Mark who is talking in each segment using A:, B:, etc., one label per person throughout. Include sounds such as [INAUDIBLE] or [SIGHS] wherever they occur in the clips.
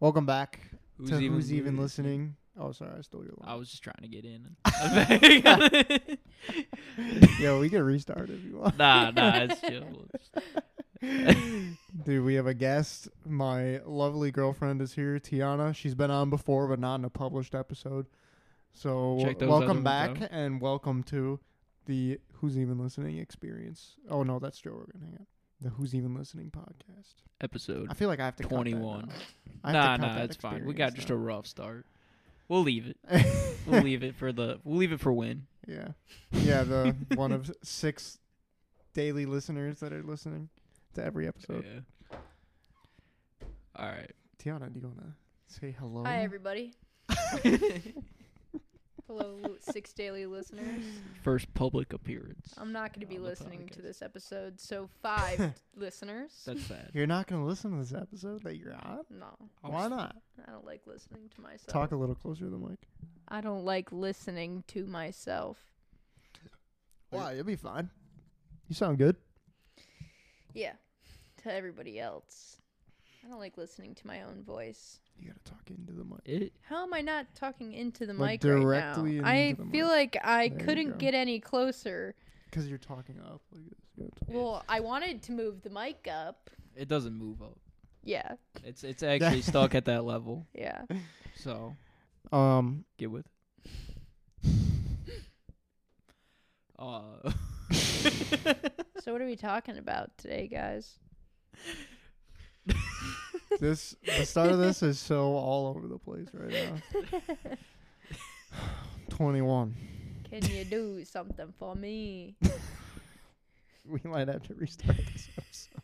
A: Welcome back
B: Who's
A: to
B: even
A: who's even
B: lose?
A: listening. Oh, sorry, I stole your
B: I
A: line.
B: was just trying to
A: [LAUGHS]
B: get in. [LAUGHS]
A: Yo, we can restart if you want.
B: [LAUGHS] nah, nah, it's chill.
A: Dude, we have a guest. My lovely girlfriend is here, Tiana. She's been on before, but not in a published episode. So
B: Check those other
A: welcome
B: ones
A: back
B: out.
A: and welcome to the Who's Even Listening experience. Oh no, that's Joe Rogan. Hang on. The Who's Even Listening podcast.
B: Episode.
A: I feel like I have to cut that
B: 21.
A: now. I have to
B: Nah,
A: cut
B: nah,
A: that
B: it's fine. We got
A: experience
B: just
A: now.
B: a rough start. We'll leave it.
A: [LAUGHS]
B: We'll leave it for the. We'll leave it for when.
A: yeah, yeah. The one [LAUGHS] of six daily listeners that are listening to every episode.
B: Yeah. All right.
A: Tiana, do you wanna say hello?
C: Hi, everybody. Hello, six daily listeners.
B: First public appearance.
C: I'm not going to be
B: On the
C: listening to
B: podcast.
C: this episode, so
A: [LAUGHS]
C: five listeners.
B: That's sad.
A: You're not gonna listen to this episode that you're on.
C: No,
A: [LAUGHS] Why not?
C: I don't like listening to myself.
A: Talk a little closer to the mic.
C: I don't like listening to myself.
A: Why? You'll be fine. You sound good.
C: Yeah, to everybody else. I don't like listening to my own voice.
A: You gotta talk into the mic.
B: It,
C: How am I not talking into the
A: Like,
C: mic right now?
A: directly
C: I
A: into the
C: feel like I
A: There you go.
C: couldn't get any closer.
A: Cause you're talking up like this. You gotta talk-
C: Well, I wanted to move the mic up.
B: it doesn't move up.
C: Yeah,
B: It's
A: [LAUGHS]
B: it's actually stuck at that level.
C: yeah.
B: So
A: Um,
B: get with.
A: [LAUGHS]
B: it. Uh, [LAUGHS]
C: So what are we talking about today, guys?
A: this the start of this is so all over the place right now. [SIGHS] Twenty one.
C: Can
B: [LAUGHS]
C: you do something for me?
A: We might have to restart this episode.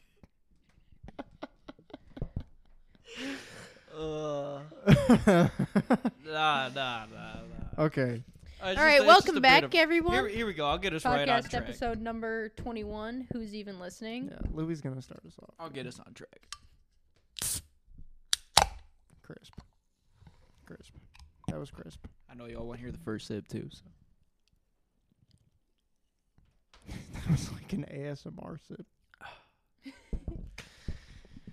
B: uh, nah, nah, nah, nah.
A: [LAUGHS] okay.
C: All right, welcome back, everyone.
B: Here, here we go. I'll get us right on
C: Podcast
B: track.
C: episode number 21. Who's even listening?
A: Yeah, Louie's gonna start us off.
B: I'll get us on track.
A: Crisp. Crisp. That was crisp. [LAUGHS]
B: I know y'all want to hear the first sip too. So
A: that was like an ASMR sip.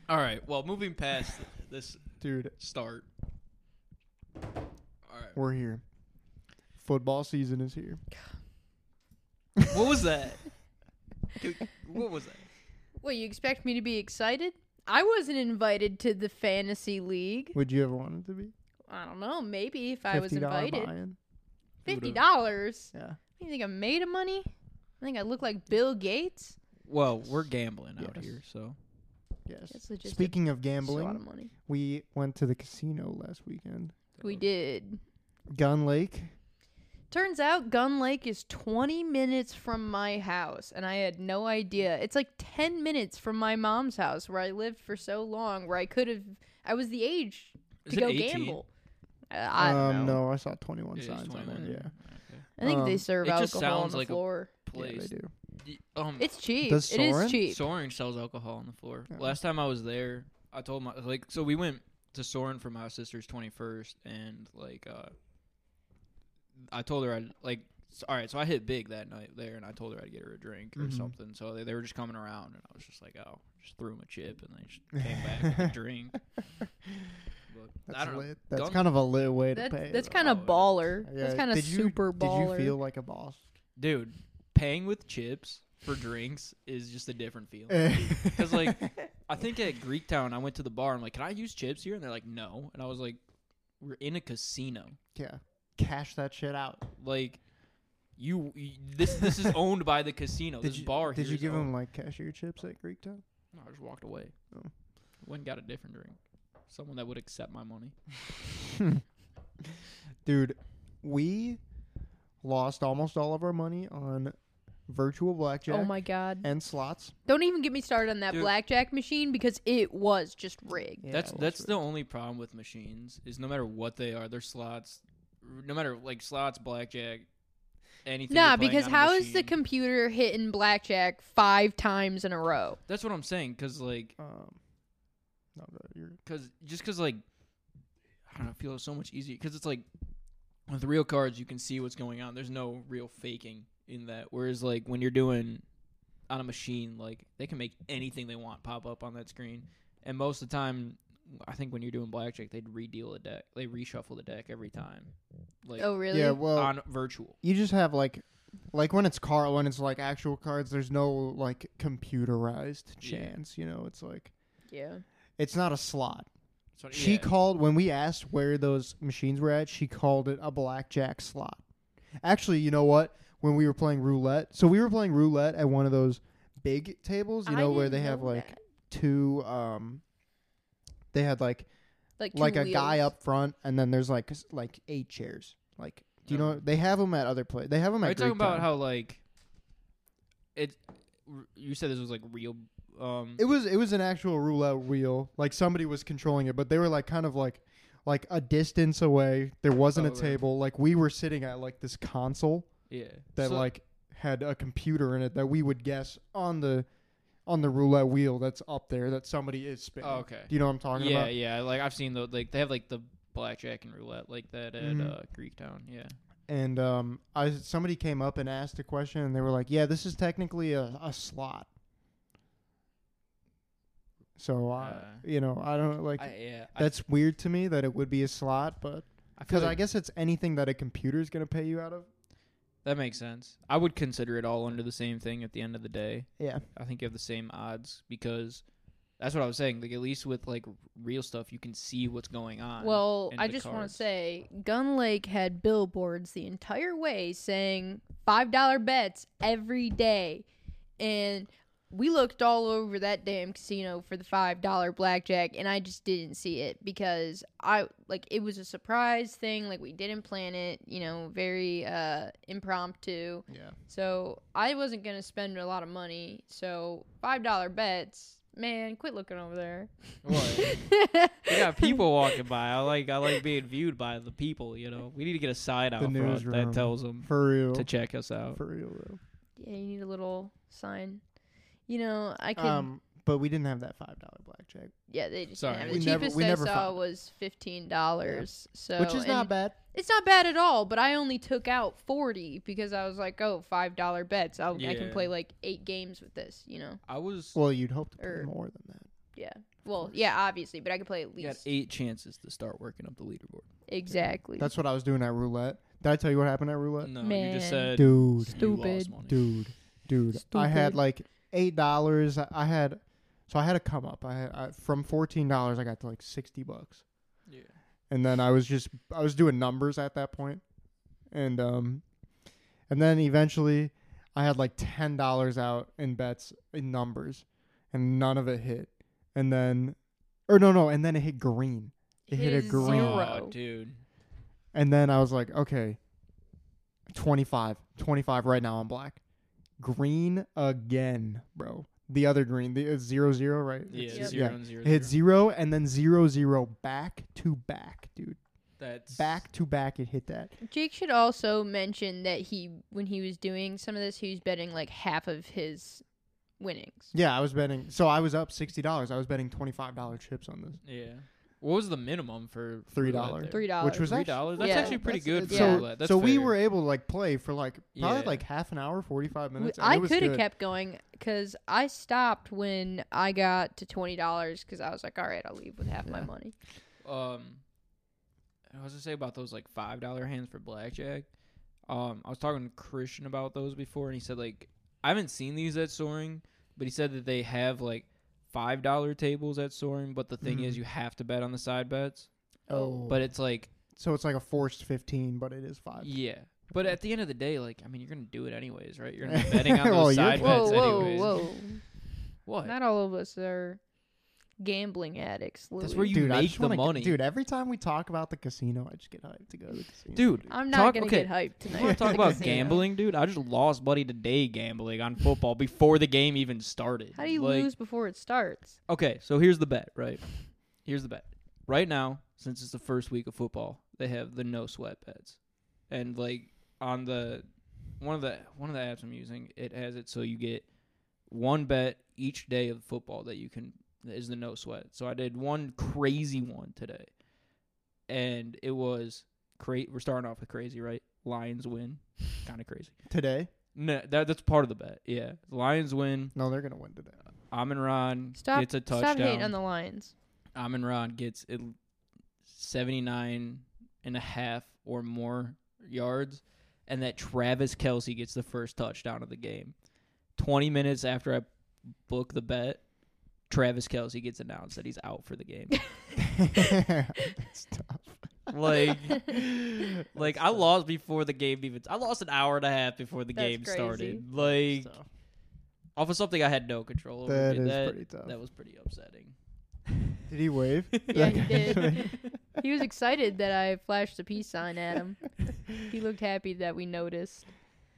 B: all right. Well, moving past this
A: Dude,
B: start. All
C: [LAUGHS]
B: right.
A: we're here. Football season is here.
B: What was that? Dude, what was that?
C: Well, you expect me to be excited? I wasn't invited to the fantasy league.
A: Would you have wanted to be?
C: I don't know. Maybe if I was
A: $50
C: invited.
A: buy-in?
C: Fifty dollars.
A: Yeah.
C: You think I made of money? I think I look like Bill Gates.
B: Well, we're gambling out
A: Yes.
B: here, so
A: Yes.
C: That's legit.
A: Speaking of
C: It's a lot of
A: gambling,
C: money.
A: we went to the casino last weekend.
C: We did.
A: Gun Lake.
C: Turns out Gun Lake is 20 minutes from my house, and I had no idea. It's like 10 minutes from my mom's house where I lived for so long, where I could have. I was the age to
B: Is it
C: go
B: 18?
C: gamble. I, I don't
A: um,
C: know.
A: No, I saw 21
B: It is
A: signs on
B: 21.
A: there. Yeah.
C: I think they
A: um,
C: serve
B: it just
C: alcohol on
B: sounds
C: the
B: like a-
C: floor.
A: yeah, they
B: Place.
A: do.
B: D- um,
C: It's cheap.
A: Does
C: it is
A: Soren?
C: cheap.
B: Soren sells alcohol on the floor.
A: Yeah.
B: Last time I was there, I told my like so we went to Soren for my sister's twenty first, and like uh, I told her I would like s- all right, so I hit big that night there, and I told her I'd get her a drink or
A: Mhm.
B: something. So they, they were just coming around, and I was just like, oh, just threw 'em a chip, and they just came back
A: [LAUGHS]
B: with a drink. But I
A: That's
B: don't know.
A: lit. That's
B: Gun-
A: kind of a lit way to
C: That's,
A: pay.
C: that's
A: though.
C: kind of
B: Oh, it is.
C: baller.
A: Yeah,
C: That's kind of
A: did you-
C: super baller.
A: Did you feel like a boss? [LAUGHS]
B: dude, paying with chips for drinks is just a different feeling.
A: Because
B: Because like
A: [LAUGHS]
B: I think at Greek Town, I went to the bar. I'm like, "Can I use chips here?" And they're like, "No." And I was like, "We're in a casino.
A: yeah, cash that shit out.
B: Like, you, you- this
A: [LAUGHS]
B: this is owned by the casino.
A: Did
B: Oh, this
A: you
B: bar.
A: Did
B: here
A: you
B: is
A: give
B: owned.
A: him like cashier chips at Greek Town?
B: No, I just walked away.
A: Oh.
B: Went and got a different drink. Someone that would accept my money.
A: Dude, we lost almost all of our money on virtual blackjack
C: Oh my god!
A: and slots.
C: Don't even get me started on that
B: Dude.
C: blackjack machine because it was just rigged.
B: that's that's the only problem with machines is no matter what they are, they're slots. No matter like slots, blackjack, anything.
C: Nah,
B: you're playing
C: because
B: on a
C: how is the
B: machine-
C: computer hitting blackjack five times in a row?
B: that's what I'm saying. Because like
A: Um, no, no, you're
B: because just because like I don't know, I feel so much easier because it's like with real cards you can see what's going on. There's no real faking in that. Whereas like when you're doing on a machine, like they can make anything they want pop up on that screen, and most of the time I think when you're doing blackjack, they'd redeal the deck. They reshuffle the deck every time, like
C: oh really?
A: Yeah, well,
B: on virtual.
A: you just have like, like when it's card, when it's like actual cards, there's no like computerized
B: Yeah.
A: chance. You know, it's like
C: yeah.
A: it's not a slot.
B: So,
A: She
B: yeah.
A: called when we asked where those machines were at. She called it a blackjack slot. Actually, you know what? When we were playing roulette, so we were playing roulette at one of those big tables. You
C: I
A: know where they
C: didn't
A: have
C: know
A: like
C: that.
A: two. um They had like
C: like two
A: like a guy
C: wheels.
A: up front, and then there's like s- like eight chairs. Like, do you
B: Oh.
A: know they have them at other places? They have them at.
B: Are you talking
A: Greek
B: about
A: Town.
B: how like it? r- You said this was like real. Um,
A: It was it was an actual roulette wheel. Like somebody was controlling it, but they were like kind of like like a distance away. There wasn't
B: Oh,
A: a
B: right.
A: table. Like we were sitting at like this console
B: yeah,
A: that
B: So-
A: like had a computer in it that we would guess on the on the roulette wheel that's up there that somebody is spinning.
B: Oh, okay.
A: Do you know what I'm talking
B: yeah,
A: about?
B: yeah. Like I've seen the like they have like the blackjack and roulette like that at
A: Mhm.
B: uh, Greektown. Yeah.
A: And um, I somebody came up and asked a question, and they were like, "Yeah, this is technically a, a slot." So I,
B: Uh,
A: you know, I don't like.
B: I, yeah. I,
A: that's weird to me that it would be a slot, but
B: I feel
A: because I
B: like
A: guess it's anything that a computer is going to pay you out of.
B: that makes sense. I would consider it all under the same thing at the end of the day.
A: Yeah,
B: I think you have the same odds because that's what I was saying. Like at least with like r- real stuff, you can see what's going on.
C: Well,
B: in
C: I
B: the
C: just want
B: cards.
C: to say, Gun Lake had billboards the entire way saying five dollar bets every day, and we looked all over that damn casino for the five dollar blackjack, and I just didn't see it because I like it was a surprise thing, like we didn't plan it, you know, very uh impromptu.
A: [LAUGHS] yeah.
C: So I wasn't gonna spend a lot of money. So five dollar bets, man, quit looking
A: [LAUGHS]
C: over there.
B: What? we [LAUGHS] got people walking by. I like I like being viewed by the people. You know, we need to get a sign out front
A: newsroom.
B: that tells them
A: For real,
B: to check us out.
A: for real though.
C: [LAUGHS] Yeah, you need a little sign. You know, I could.
A: Um, but we didn't have that five dollar blackjack,
C: yeah, they just
B: sorry.
C: didn't have-
A: We
C: the
A: never-
C: cheapest
A: we
C: I
A: never
C: saw
A: found it.
C: was fifteen dollars. So
A: which is not
C: and
A: bad.
C: It's not bad at all. But I only took out forty because I was like, oh, five dollar bets. I'll, I can
B: Yeah.
C: play like eight games with this. You know.
B: I was
A: Well, you'd hope to pay
C: Er,
A: more than that.
C: Yeah. Well,
A: course.
C: yeah, obviously, but I could play at
B: you got
C: least
B: eight chances to start working up the leaderboard.
C: exactly.
A: That's what I was doing at roulette. Did I tell you what happened at roulette?
B: No,
C: Man.
B: you just said
A: Dude,
B: you lost
C: Stupid.
B: money.
A: dude, dude. I
C: Stupid.
A: had like eight dollars. I had, so I had a come up. I, had, I from fourteen dollars, I got to like sixty bucks,
B: Yeah.
A: and then I was just I was doing numbers at that point, and um, and then eventually, I had like ten dollars out in bets in numbers, and none of it hit, and then, or no no, and then it hit green, it hit a
C: His
A: green.
B: Oh,
C: zero.
B: dude.
A: and then I was like, okay, 25, 25 right now on black, green again, bro. The other green, the uh, zero zero, right?
B: Yeah,
C: Yep.
B: zero
A: yeah.
B: and zero.
A: It hit
B: zero.
A: zero and then zero zero back to back, dude.
B: That's
A: Back to back, it hit that.
C: Jake should also mention that he, when he was doing some of this, he was betting like half of his winnings.
A: Yeah, I was betting. So I was up sixty dollars. I was betting twenty five dollar chips on this,
B: Yeah. What was the minimum for
A: Three
B: roulette
A: dollar.
B: there?
C: Three dollars.
A: which was
B: Three
A: actually-
B: dollars. That's
C: Yeah.
B: actually pretty good. For
C: yeah.
A: So,
B: roulette. That's
A: so we
B: fair.
A: were able to like play for like probably
B: Yeah.
A: like half an hour, forty five
C: W-
A: minutes. and
C: I
A: it was
C: could have
A: good.
C: kept going because I stopped when I got to twenty dollars because I was like, all right, I'll leave with half my
A: Yeah.
C: money.
B: um I was gonna say about those like five dollar hands for blackjack. Um I was talking to Christian about those before and he said like I haven't seen these at Soaring, but he said that they have like five dollar tables at Soaring, but the thing
A: Mhm.
B: is you have to bet on the side bets.
A: Oh,
B: But it's like
A: so it's like a forced fifteen, but it is five.
B: yeah. But at the end of the day, like I mean you're gonna do it anyways, right? You're gonna [LAUGHS] be betting on those
A: Well, you're-
B: side
C: Whoa,
B: bets
C: whoa,
B: anyways.
C: whoa!
B: What? [LAUGHS]
C: Not all of us are gambling addicts. Louis.
B: That's where you
A: dude, I
B: make
A: just
B: the
A: wanna get-
B: money.
A: dude, every time we talk about the casino, I just get hyped to go to the casino.
B: Dude,
C: I'm not
B: Talk-
C: gonna
B: okay.
C: get hyped
B: You
C: tonight.
B: want to talk
C: for the [LAUGHS]
B: about
C: casino.
B: gambling, dude? I just lost money today gambling on football before the game even started.
C: How do you
B: Like,
C: lose before it starts?
B: Okay, so here's the bet, right? Here's the bet. Right now, since it's the first week of football, they have the no sweat bets, and like on the one of the one of the apps I'm using, it has it so you get one bet each day of football that you can that is the no sweat. So I did one crazy one today, and it was great. We're starting off with crazy, right? Lions win, kind of crazy.
A: Today?
B: No, that that's part of the bet. Yeah, Lions win. [LAUGHS]
A: No, they're gonna win today.
B: Amon Ron
C: Stop.
B: gets a touchdown.
C: Stop hating on the Lions.
B: Amon Rod gets it- 79 and a half or more yards, and that Travis Kelsey gets the first touchdown of the game. 20 minutes after I book the bet, Travis Kelsey gets announced that he's out for the
C: [LAUGHS]
B: game.
A: it's tough.
C: [LAUGHS]
B: like, like I lost before the game even. I lost an hour and a half before the
C: That's
B: game
C: crazy.
B: started. Like,
C: So.
B: off of something I had no control over.
A: That
B: dude.
A: is
B: that,
A: pretty tough.
B: that was pretty upsetting.
A: Did he wave?
B: [LAUGHS]
C: Yeah, he did. uh, he was excited that I flashed the peace sign at him.
A: [LAUGHS]
C: He looked happy that we noticed.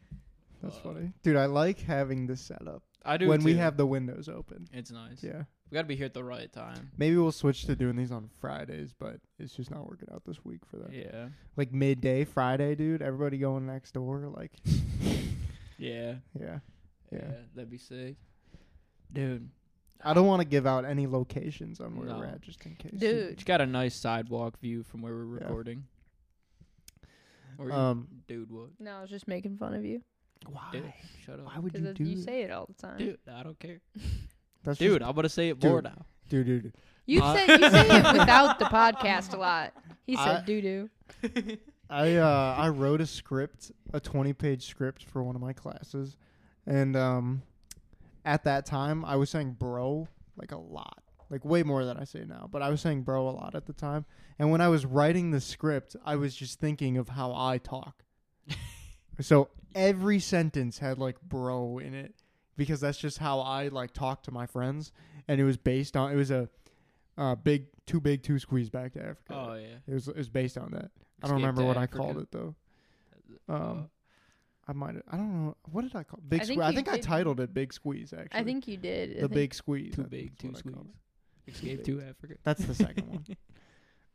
A: [LAUGHS] That's
B: Uh,
A: funny, dude. I like having this setup
B: I do
A: when we
B: too.
A: have the windows open.
B: It's nice.
A: Yeah,
B: We got to be here at the right time.
A: maybe we'll switch to doing these on Fridays, but it's just not working out this week for that.
B: Yeah.
A: Like midday Friday, dude. Everybody going next door. Like, [LAUGHS]
B: Yeah.
A: yeah,
B: Yeah.
A: yeah.
B: That'd be sick. Dude.
A: I don't want to give out any locations on where
B: No.
A: we're at, just in case.
C: Dude.
B: It's got a nice sidewalk view from where we're
A: Yeah.
B: recording. Or
A: Um,
B: dude, what?
C: No, I was just making fun of you.
A: why?
B: Dude, shut up.
A: Why would you
C: Because
A: do?
C: you
A: that?
C: say it all the time.
B: Dude, I don't care.
A: That's
B: Dude,
A: just,
B: I'm going to say it
A: Dude.
B: more now.
A: dude, dude.
C: You
B: Uh,
C: said you say it without the podcast a lot. He
A: I-
C: said doo doo.
A: I uh, I wrote a script, a twenty-page script for one of my classes, and um, at that time I was saying "bro" like a lot, like way more than I say now. But I was saying "bro" a lot at the time, and when I was writing the script, I was just thinking of how I
B: [LAUGHS]
A: talk. so every sentence had like "bro" in it because that's just how I like talk to my friends, and it was based on it was a uh, big too big too squeeze back to Africa.
B: Oh, yeah.
A: It was it was based on that. uh, I
B: Escape
A: don't remember
B: to
A: what
B: Africa.
A: I called it though.
B: Uh,
A: Um, I might. I don't know. What did I call big
C: I think
A: squeeze? I
C: you
A: think I
C: did-
A: titled it big squeeze. Actually,
C: I think you did. I
A: the
C: think-
A: big squeeze.
B: too
A: I think
B: big,
A: is
B: too
A: what I
B: squeeze.
A: called
B: Escape to Africa.
A: it. That's the second one.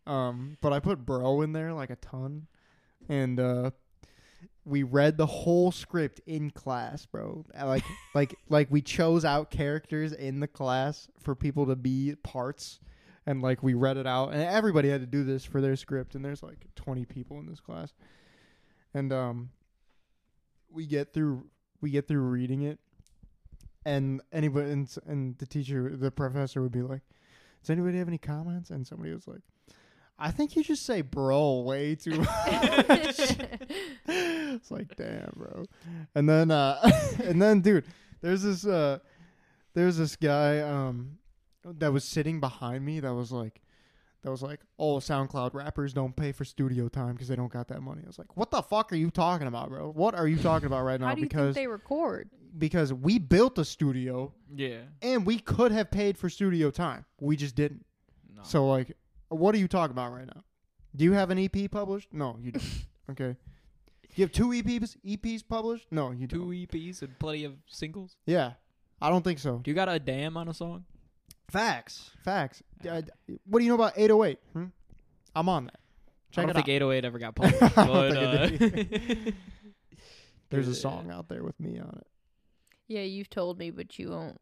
A: Um, but I put bro in there like a ton, and uh, we read the whole script in class, bro. Uh, Like like like we chose out characters in the class for people to be parts. And like we read it out, and everybody had to do this for their script. And there's like 20 people in this class, and um, we get through we get through reading it, and anybody and, s- and the teacher, the professor would be like, "Does anybody have any comments?" And somebody was like, "I think you just say bro way too much." [LAUGHS]
C: [LAUGHS]
A: it's like, damn, bro. And then, uh, [LAUGHS] and then, dude, there's this, uh, there's this guy, um, that was sitting behind me that was like, that was like, oh, SoundCloud rappers don't pay for studio time because they don't got that money. I was like, what the fuck are you talking about, bro? What are you talking about right now?
C: How do you
A: because
C: think they record?
A: because we built a studio
B: yeah.
A: and we could have paid for studio time, we just didn't.
B: No.
A: So like, what are you talking about right now? Do you have an EP published? No, you
B: [LAUGHS]
A: don't. okay. You have two E EPs EPs published? No, you
B: two
A: don't.
B: EPs and plenty of singles.
A: Yeah, I don't think so.
B: Do you got a damn on a song?
A: Facts, facts. Uh, what do you know about 808? Hmm? I'm on that. Check
B: I don't
A: it out.
B: think 808
A: [LAUGHS]
B: ever got published.
A: I
B: but,
A: don't [LAUGHS]
B: [LAUGHS] uh,
A: There's a
B: Yeah.
A: song out there with me on it.
C: Yeah, you've told me, but you won't.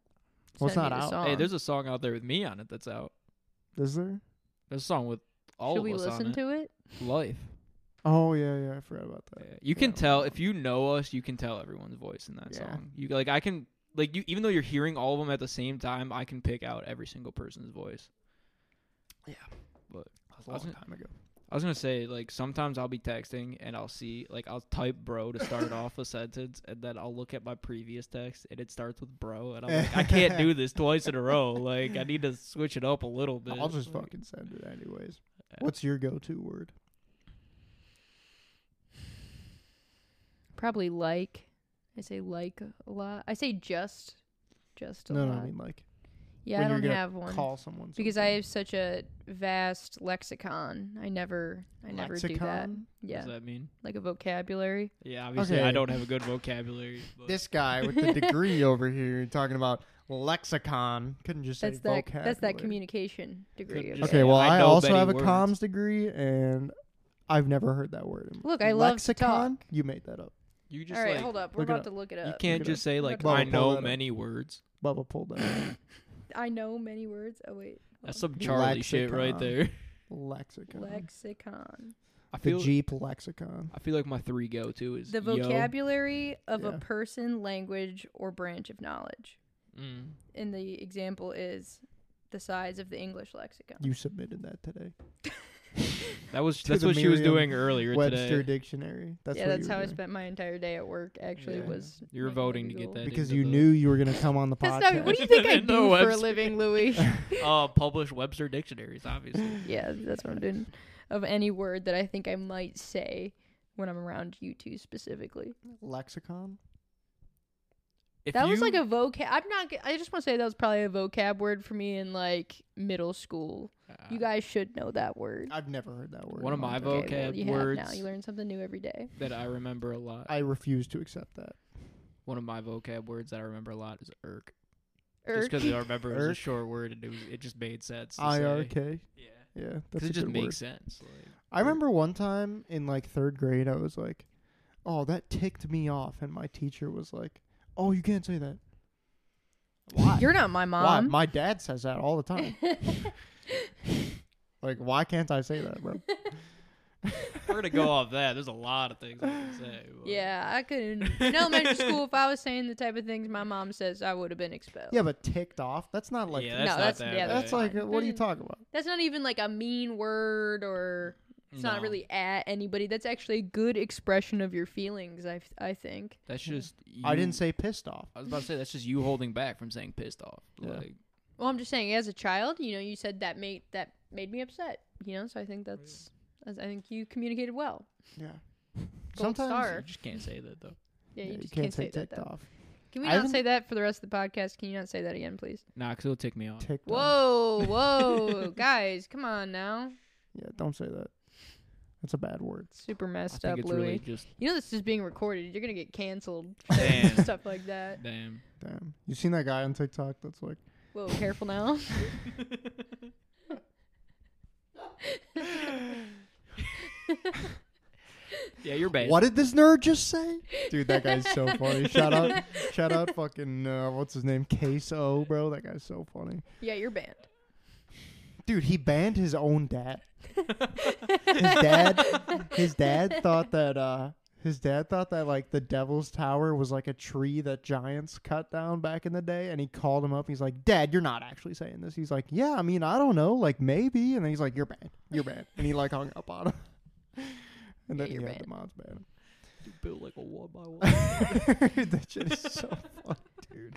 A: Well, it's
C: send me
A: not
C: the
A: out.
C: Song.
B: hey, there's a song out there with me on it that's out.
A: Is there?
B: There's a song with all
C: Should
B: of
C: we
B: us
C: listen
B: on it.
C: to it?
B: Life.
A: Oh yeah, yeah. I forgot about that.
B: Yeah. You can
A: Yeah.
B: tell if you know us, you can tell everyone's voice in that
A: Yeah.
B: song. You like I can like you even though you're hearing all of them at the same time, I can pick out every single person's voice.
A: Yeah.
B: But
A: That was
B: I
A: a
B: was,
A: long
B: gonna,
A: time ago.
B: I was gonna say like sometimes I'll be texting and I'll see like I'll type bro to
A: [LAUGHS]
B: start off a sentence and then I'll look at my previous text and it starts with bro and I'm like I can't
A: [LAUGHS]
B: do this twice in a row. Like I need to switch it up a little bit.
A: I'll just
B: Like,
A: fucking send it anyways.
B: Yeah.
A: What's your go-to word?
C: Probably like. I say like a lot. I say just, just a
A: No, no.
C: lot.
A: I mean like
C: yeah,
A: when
C: I
A: you're
C: don't
A: gonna
C: have one
A: call someone
C: because I
A: something.
C: have such a vast lexicon. I never, I never do that.
A: Lexicon?
B: what
C: Yeah,
B: does that mean?
C: like a vocabulary.
B: Yeah, obviously I
A: Okay.
B: don't have a good vocabulary. But
A: This guy with
C: [LAUGHS]
A: the degree over here talking about lexicon couldn't just say
C: That's that.
A: vocabulary.
C: That's that communication degree.
B: Could
C: Of
B: just-
C: it.
A: Okay, well,
B: I
A: I,
B: know
A: also
B: many
A: have a
B: words.
A: comms degree, and I've never heard that word.
C: Look, I love to
A: lexicon.
C: talk.
A: You made that up.
B: you just
C: All right,
B: like
C: hold up. We're
A: look it
C: about
A: up.
C: to look it up.
B: you can't
A: Look it
B: just say like
C: Look it
B: I
C: up.
A: Pull
B: know
A: that up.
B: many words.
A: Bubba pulled that.
C: [COUGHS]
A: up.
C: I know many words. Oh wait,
B: That's some Charlie shit right
A: Lexicon. [LAUGHS]
B: there.
A: lexicon.
C: lexicon.
B: I
A: the
B: feel
A: Jeep lexicon.
B: I feel like my three go to is
C: The
B: yo.
C: vocabulary of a
A: Yeah.
C: person, language, or branch of knowledge.
B: Mm.
C: And the example is the size of the English lexicon.
A: You submitted that today.
B: That was
A: To
B: that's
A: the
B: what she was
A: Merriam
B: doing earlier
A: Webster
B: today.
A: Dictionary. That's
C: yeah,
A: what
C: that's
A: you were
C: how I
A: doing.
C: spent my entire day at work. Actually,
A: Yeah.
C: was
B: You were
C: making
B: voting to get
C: Google.
B: that
A: Because
B: into
A: you
B: the- [LAUGHS]
A: knew you were going to come on the podcast.
C: That's not, what do you think I
B: Into the
C: do for a
B: Webster. [LAUGHS]
C: living, Louis?
B: uh, publish Webster dictionaries, obviously.
C: [LAUGHS] yeah, that's what I'm doing. Of any word that I think I might say when I'm around you two specifically.
A: Lexicon.
B: If
C: that was
B: you-
C: like a vocab. I'm not. g- I just want to say that was probably a vocab word for me in like middle school.
B: uh,
C: You guys should know that word.
A: I've never heard that word. in
B: One of
A: a long
B: my
A: time.
B: vocab
C: Okay, well, you Have now
B: words.
C: you learn something new every day.
B: that I remember a lot.
A: I refuse to accept that.
B: One of my vocab words that I remember a lot is irk. Just
C: Irk.
B: because
C: [LAUGHS]
B: I remember it was a
A: Irk.
B: short word and it, was, it just made sense. to say.
A: I R K.
B: Yeah.
A: Yeah, that's
B: Because
A: a
B: it just
A: good
B: makes
A: word.
B: sense. Like,
A: I remember one time in like third grade, I was like, "Oh, that ticked me off," and my teacher was like, "Oh, you can't say that." Why?
C: You're not my
A: why?
C: mom.
A: My dad says that all the
C: [LAUGHS]
A: time. like, why can't I say that, bro?
B: we're gonna go off that. There's a lot of things I can
C: [LAUGHS]
B: say. but-
C: yeah,
B: [LAUGHS]
C: I couldn't. In elementary school, if I was saying the type of things my mom says, I would have been expelled.
A: Yeah, but ticked off. That's not like.
B: yeah, that's not
C: No, that's- Mm.
B: that.
C: yeah,
A: that's
B: bad.
A: like. uh,
C: fine.
A: What are you talking about?
C: That's not even like a mean word or it's not
B: No,
C: really at anybody. That's actually a good expression of your feelings, I, f- I think.
B: That's just. You,
A: I didn't say pissed off.
B: I was about to say that's just you holding back from saying pissed off.
A: [LAUGHS] Yeah.
B: Like,
C: Well, I'm just saying as a child, you know, you said that made that made me upset, you know, so I think that's that's- I think you communicated well.
A: Yeah.
C: Gold
A: Sometimes
C: star.
B: you
C: Sure.
B: just can't say that though.
C: Yeah,
A: Yeah,
C: you, just can't, say, that.
A: ticked
C: though.
A: off.
C: Can we
A: I
C: not
A: haven't-
C: say that for the rest of the podcast? Can you not say that
B: [LAUGHS]
C: again, please?
B: Nah, because it'll tick me off.
A: Ticked off.
C: Whoa, whoa, guys, come on now.
A: Yeah, don't say that. That's a bad word.
C: Super
B: I
C: messed
B: think
C: up,
B: it's
C: Louis.
B: really just
C: You know this is being recorded. You're gonna get canceled,
B: Damn.
C: [LAUGHS] stuff like that.
B: damn.
A: Damn. You seen that guy on TikTok that's like,
C: Whoa, careful now.
B: yeah, you're bad.
A: "What did this nerd just say?" Dude, that guy's so
C: [LAUGHS]
A: funny. Shout out, shout out, fucking uh, what's his name, Case O, bro. That guy's so funny.
C: Yeah, you're banned.
A: Dude, he banned his own dad. his
C: [LAUGHS]
A: dad, his dad thought that uh, his dad thought that like the Devil's Tower was like a tree that giants cut down back in the day, and he called him up. He's like, "Dad, you're not actually saying this." He's like, "Yeah, I mean, I don't know, like maybe." And then he's like, "You're banned. You're banned." And he like hung up on him. [LAUGHS] And
C: Yeah,
A: then
C: you're
A: he had
C: banned.
A: the mods ban him.
B: built like a wall by wall.
A: Dude, [LAUGHS] that shit is so funny, dude.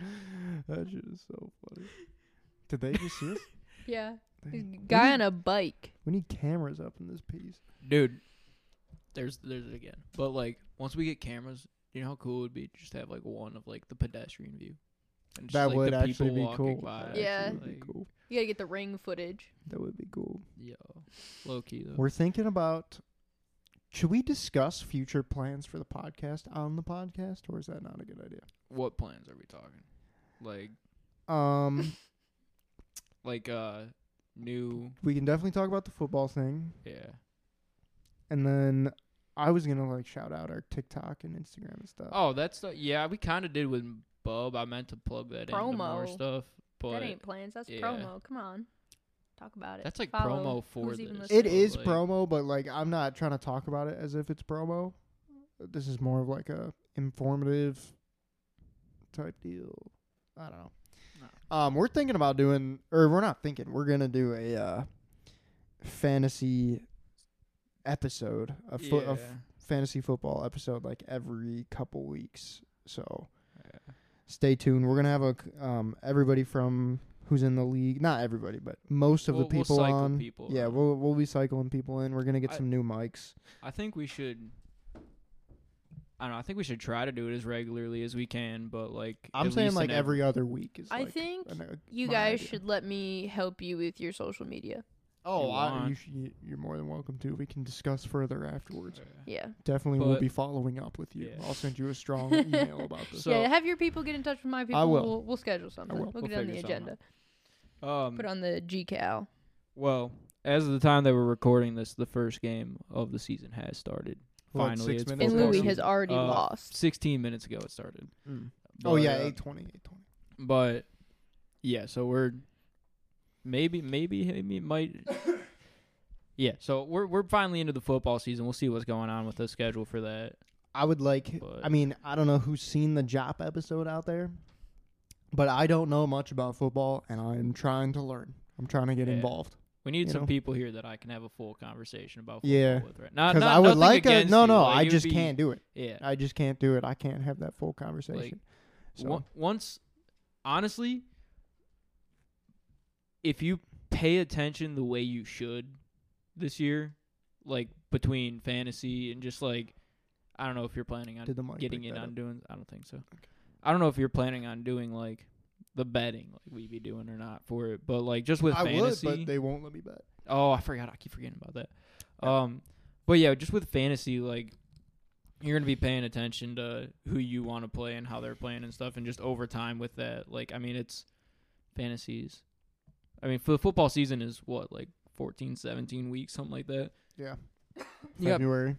A: That shit is so funny. Did they just
C: [LAUGHS]
A: see us?
C: Yeah.
A: They-
C: Guy on a bike.
A: We need cameras up in this piece.
B: [LAUGHS] Dude, there's there's it again. But like once we get cameras, you know how cool it would be to just have like one of like the pedestrian view. And just,
A: That
B: like,
A: would
B: the
A: actually
B: people
A: be
B: walking
A: cool.
B: By,
A: That
C: Yeah.
A: actually would be
B: like,
A: cool.
C: You gotta get the ring footage.
A: That would be cool.
B: Yo, low key though.
A: We're thinking about should we discuss future plans for the podcast on the podcast, or is that not a good idea?
B: what plans are we talking? Like
A: Um,
C: [LAUGHS]
B: like uh new
A: we can definitely talk about the football thing,
B: yeah.
A: and then I was gonna like shout out our TikTok and Instagram and stuff.
B: Oh, that's the, yeah. We kind of did with Bub. I meant to plug that into more
C: Promo.
B: stuff, but
C: that ain't plans. That's
B: yeah.
C: promo. Come on. Talk about it.
B: that's like
C: Follow
B: promo for
C: who's
B: this.
C: even listening.
A: it is
B: like-
A: promo, but like I'm not trying to talk about it as if it's promo. This is more of like a informative type deal. I don't know. Um, we're thinking about doing, or we're not thinking. We're gonna do a uh, fantasy episode, a, fo- a f-
B: Yeah.
A: fantasy football episode, like every couple weeks. So
B: Yeah.
A: stay tuned. We're gonna have a c- um everybody from who's in the league, not everybody, but most of
B: We'll-
A: the
B: we'll
A: people
B: cycle
A: on.
B: people
A: yeah,
B: around.
A: we'll we'll be cycling people in. We're gonna get
B: I-
A: some new mics.
B: I think we should. I don't know. I think we should try to do it as regularly as we can, but like
A: I'm
B: at
A: saying
B: least
A: like
B: in ev-
A: every other week is.
C: I
A: like,
C: think
A: an- e, a-
C: You
A: my
C: guys
A: idea.
C: should let me help you with your social media.
A: Oh,
B: you
A: I,
B: want.
A: you sh- you- you're more than welcome to. We can discuss further afterwards.
B: Yeah.
C: Yeah.
A: Definitely, we'll
B: But-
A: be following up with you.
B: Yeah.
A: I'll send [LAUGHS] you a strong email about this.
B: So
C: yeah, have your people get in touch with my people.
A: will.
C: We'll, we'll schedule something.
A: will.
C: We'll,
B: We'll
C: get it on
B: figure
C: the
B: something
C: agenda.
B: Um.
C: Put on the GCal.
B: well, as of the time that we're recording this, the first game of the season has started.
A: Well,
B: Finally,
A: six
B: it's
A: minutes left.
C: And
B: football
C: Louis
B: season.
C: has already
B: Uh,
C: lost.
B: 16 minutes ago it started.
A: Mm. Oh
B: But,
A: yeah,
B: uh,
A: eight twenty, eight twenty.
B: But yeah, so we're maybe maybe maybe it might [COUGHS] Yeah, so we're we're finally into the football season. We'll see what's going on with the schedule for that.
A: I would like.
B: But-
A: I mean, I don't know who's seen the Jop episode out there, but I don't know much about football, and I'm trying to learn. I'm trying to get
B: Yeah.
A: involved.
B: We need
A: you
B: some
A: know?
B: people here that I can have a full conversation about football
A: Yeah.
B: with. Right? Not,
A: Because
B: not
A: I would
B: nothing
A: like a
B: against
A: no,
B: you,
A: no.
B: like,
A: I
B: it would
A: just
B: be-
A: can't do it.
B: Yeah.
A: I just can't do it. I can't have that full conversation. so
B: Wo- once, honestly, if you pay attention the way you should this year, like between fantasy and just like, I don't know if you're planning on
A: did the mic
B: getting
A: pick
B: in
A: that
B: on
A: up?
B: doing. I don't think so. I don't know if you're planning on doing like the betting like we be doing or not for it, but like just with
A: I would,
B: fantasy.
A: but they won't let me bet.
B: Oh, I forgot. I keep forgetting about that. Um, but yeah, just with fantasy, like you're gonna be paying attention to who you want to play and how they're playing and stuff, and just over time with that, like I mean, it's fantasies. I mean, for the football season is what like 14, 17 weeks, something like that.
A: Yeah.
B: You got
A: February.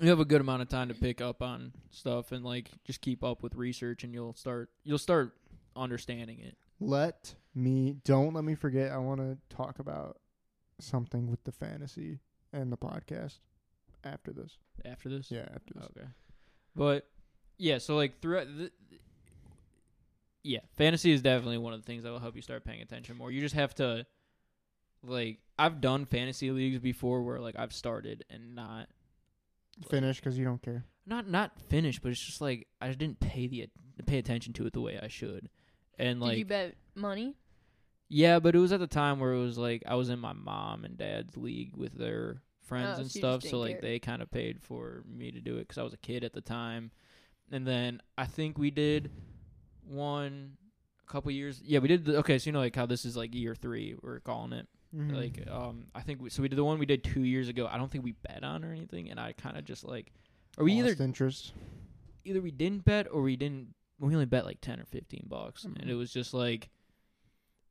B: you have a good amount of time to pick up on stuff and like just keep up with research, and you'll start you'll start understanding it.
A: Let me don't let me forget. I want to talk about something with the fantasy and the podcast after this.
B: After this,
A: Yeah, after this.
B: Okay. But yeah, so like throughout the, yeah, fantasy is definitely one of the things that will help you start paying attention more. You just have to like I've done fantasy leagues before where like I've started and not Uh,
A: Finish because you don't care.
B: not not finished, but it's just like I didn't pay the pay attention to it the way I should. And
C: Did
B: like
C: you bet money?
B: yeah, but it was at the time where it was like I was in my mom and dad's league with their friends
C: Oh,
B: and
C: so you
B: stuff,
C: just
B: so
C: didn't
B: like
C: care.
B: they kind of paid for me to do it because I was a kid at the time. And then I think we did one a couple years. Yeah, we did. The, okay, so you know like how this is like year three we're calling it.
A: Mm-hmm.
B: Like um, I think we, so we did the one we did two years ago. I don't think we bet on or anything, and I kind of just like, are we either
A: Lost interest?
B: either we didn't bet or we didn't we only bet like 10 or 15 bucks and
A: Mhm.
B: it was just like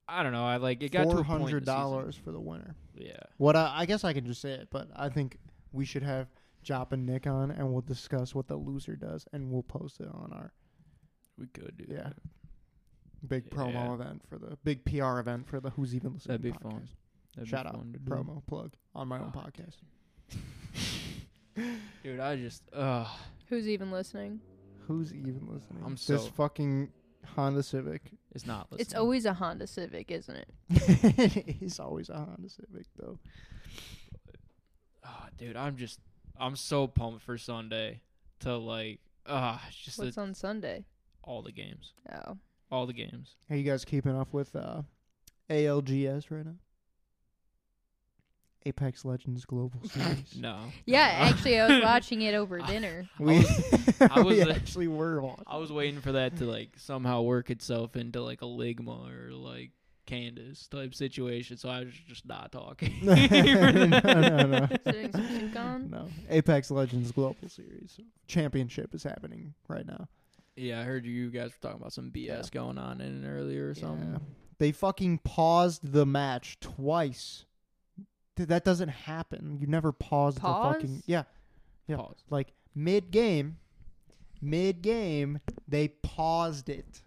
B: i don't know i like it got to a point in the season-
A: dollars for the winner.
B: yeah
A: What I, I guess I can just say it, but I think we should have Jop and Nick on, and we'll discuss what the loser does, and we'll post it on our
B: we could do
A: yeah
B: that
A: big
B: Yeah.
A: promo event for the big PR event for the Who's Even Listening.
B: that'd be
A: podcast.
B: fun That'd
A: Shout
B: be
A: out
B: fun to do.
A: promo plug on my own
B: Oh,
A: podcast.
B: [LAUGHS] dude i just uh
C: Who's even listening?
A: Who's even listening?
B: I'm
A: this
B: so-
A: fucking Honda Civic. [LAUGHS]
B: it's not listening.
C: It's always a Honda Civic, isn't it?
A: He's always a Honda Civic though.
B: oh, dude i'm just i'm so pumped for sunday to like ah it's just
C: What's
B: the,
C: on Sunday?
B: all the games
A: [LAUGHS]
C: Oh,
B: all the games
A: Are you guys keeping up with uh, ALGS right now? Apex Legends Global Series.
B: [LAUGHS] no [LAUGHS]
C: yeah.
A: [LAUGHS]
C: Actually, I was watching it over dinner.
A: We, [LAUGHS]
B: I
A: Oh, we
B: was, uh,
A: actually were watching. [LAUGHS]
B: i [LAUGHS] was waiting for that to like somehow work itself into like a ligma or like candace type situation so i was just not talking [LAUGHS]
A: no, [LAUGHS] no, no.
C: Sitting some soup on.
A: No. Apex Legends Global Series Championship is happening right now.
B: Yeah, I heard you guys were talking about some BS
A: Yeah.
B: going on in it earlier or something.
A: Yeah. They fucking paused the match twice. Th- that doesn't happen. You never pause, the fucking
C: Pause?
A: yeah. Yeah.
B: Pause.
A: Like mid game, mid game, they paused it.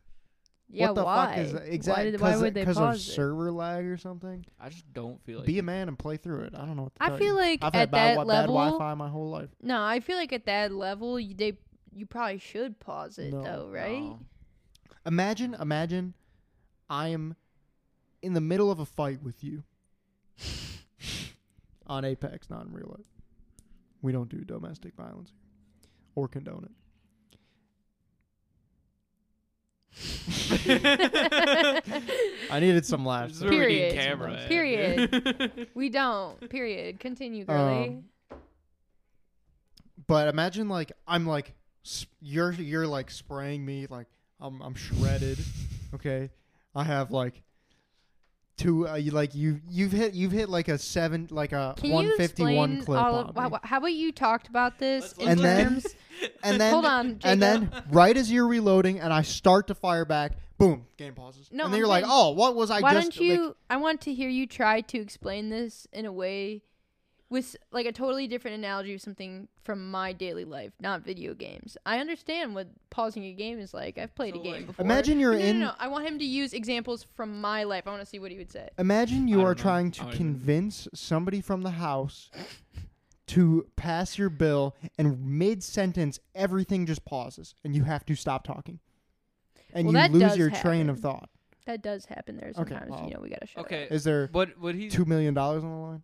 C: Yeah,
A: what the
C: why?
A: fuck is exactly?
C: Why, did, why would they
A: Because of
C: pause it?
A: server lag or something.
B: I just don't feel like
A: Be a man and play through it. I don't know what. To
C: I
A: tell
C: feel
A: you.
C: like
A: I've
C: at
A: had bad,
C: that
A: wi- bad
C: level,
A: Wi-Fi my whole life.
C: no, I feel like at that level, you, they you probably should pause it
A: No.
C: though, [LAUGHS] right?
B: [LAUGHS]
C: [LAUGHS]
B: No.
A: Imagine, imagine, I am in the middle of a fight with
C: [LAUGHS]
A: you on Apex, not in real life. We don't do domestic violence or condone it. I needed
B: [LAUGHS]
A: some laughs.
C: we Period. need
A: camera,
C: Period. We don't. Period. Continue, girly.
A: Um, But imagine, like, I'm like, sp- you're you're like spraying me, like I'm I'm shredded. Okay, I have like two. Uh, you like you you've hit you've hit like a seven like a
C: Can
A: one
C: you
A: fifty one
C: explain
A: clip.
C: all
A: on
C: of,
A: me.
C: how, how about you talked about this
B: Let's-
C: in
A: and then
C: terms?
A: and
C: [LAUGHS]
A: then
C: hold on, Jacob.
A: and then right as you're reloading and I start to fire back, boom, game pauses.
C: No,
A: and then
C: I'm
A: you're like,
C: saying-
A: oh, what was I
C: why
A: just?
C: don't you?
A: like-
C: I want to hear you try to explain this in a way with like a totally different analogy of something from my daily life, not video games. I understand what pausing a game is like. I've played
B: So,
C: a game
B: like-
C: before.
A: Imagine you're
C: No, no, no,
A: in-
C: No, I want him to use examples from my life. I want to see what he would say.
A: imagine
B: I
A: you
B: don't
A: are
B: know.
A: trying
B: I
A: to
B: don't even-
A: convince somebody from the house to pass your bill, and mid sentence everything just pauses, and you have to stop talking, and
C: Well,
A: you
C: that
A: lose
C: does
A: your train of
C: happen.
A: thought.
C: that does happen there
A: Okay,
C: sometimes.
A: well,
C: You know, we gotta shut. it
B: Okay.
C: up.
A: Is there
B: But would he?
A: two million dollars on the line?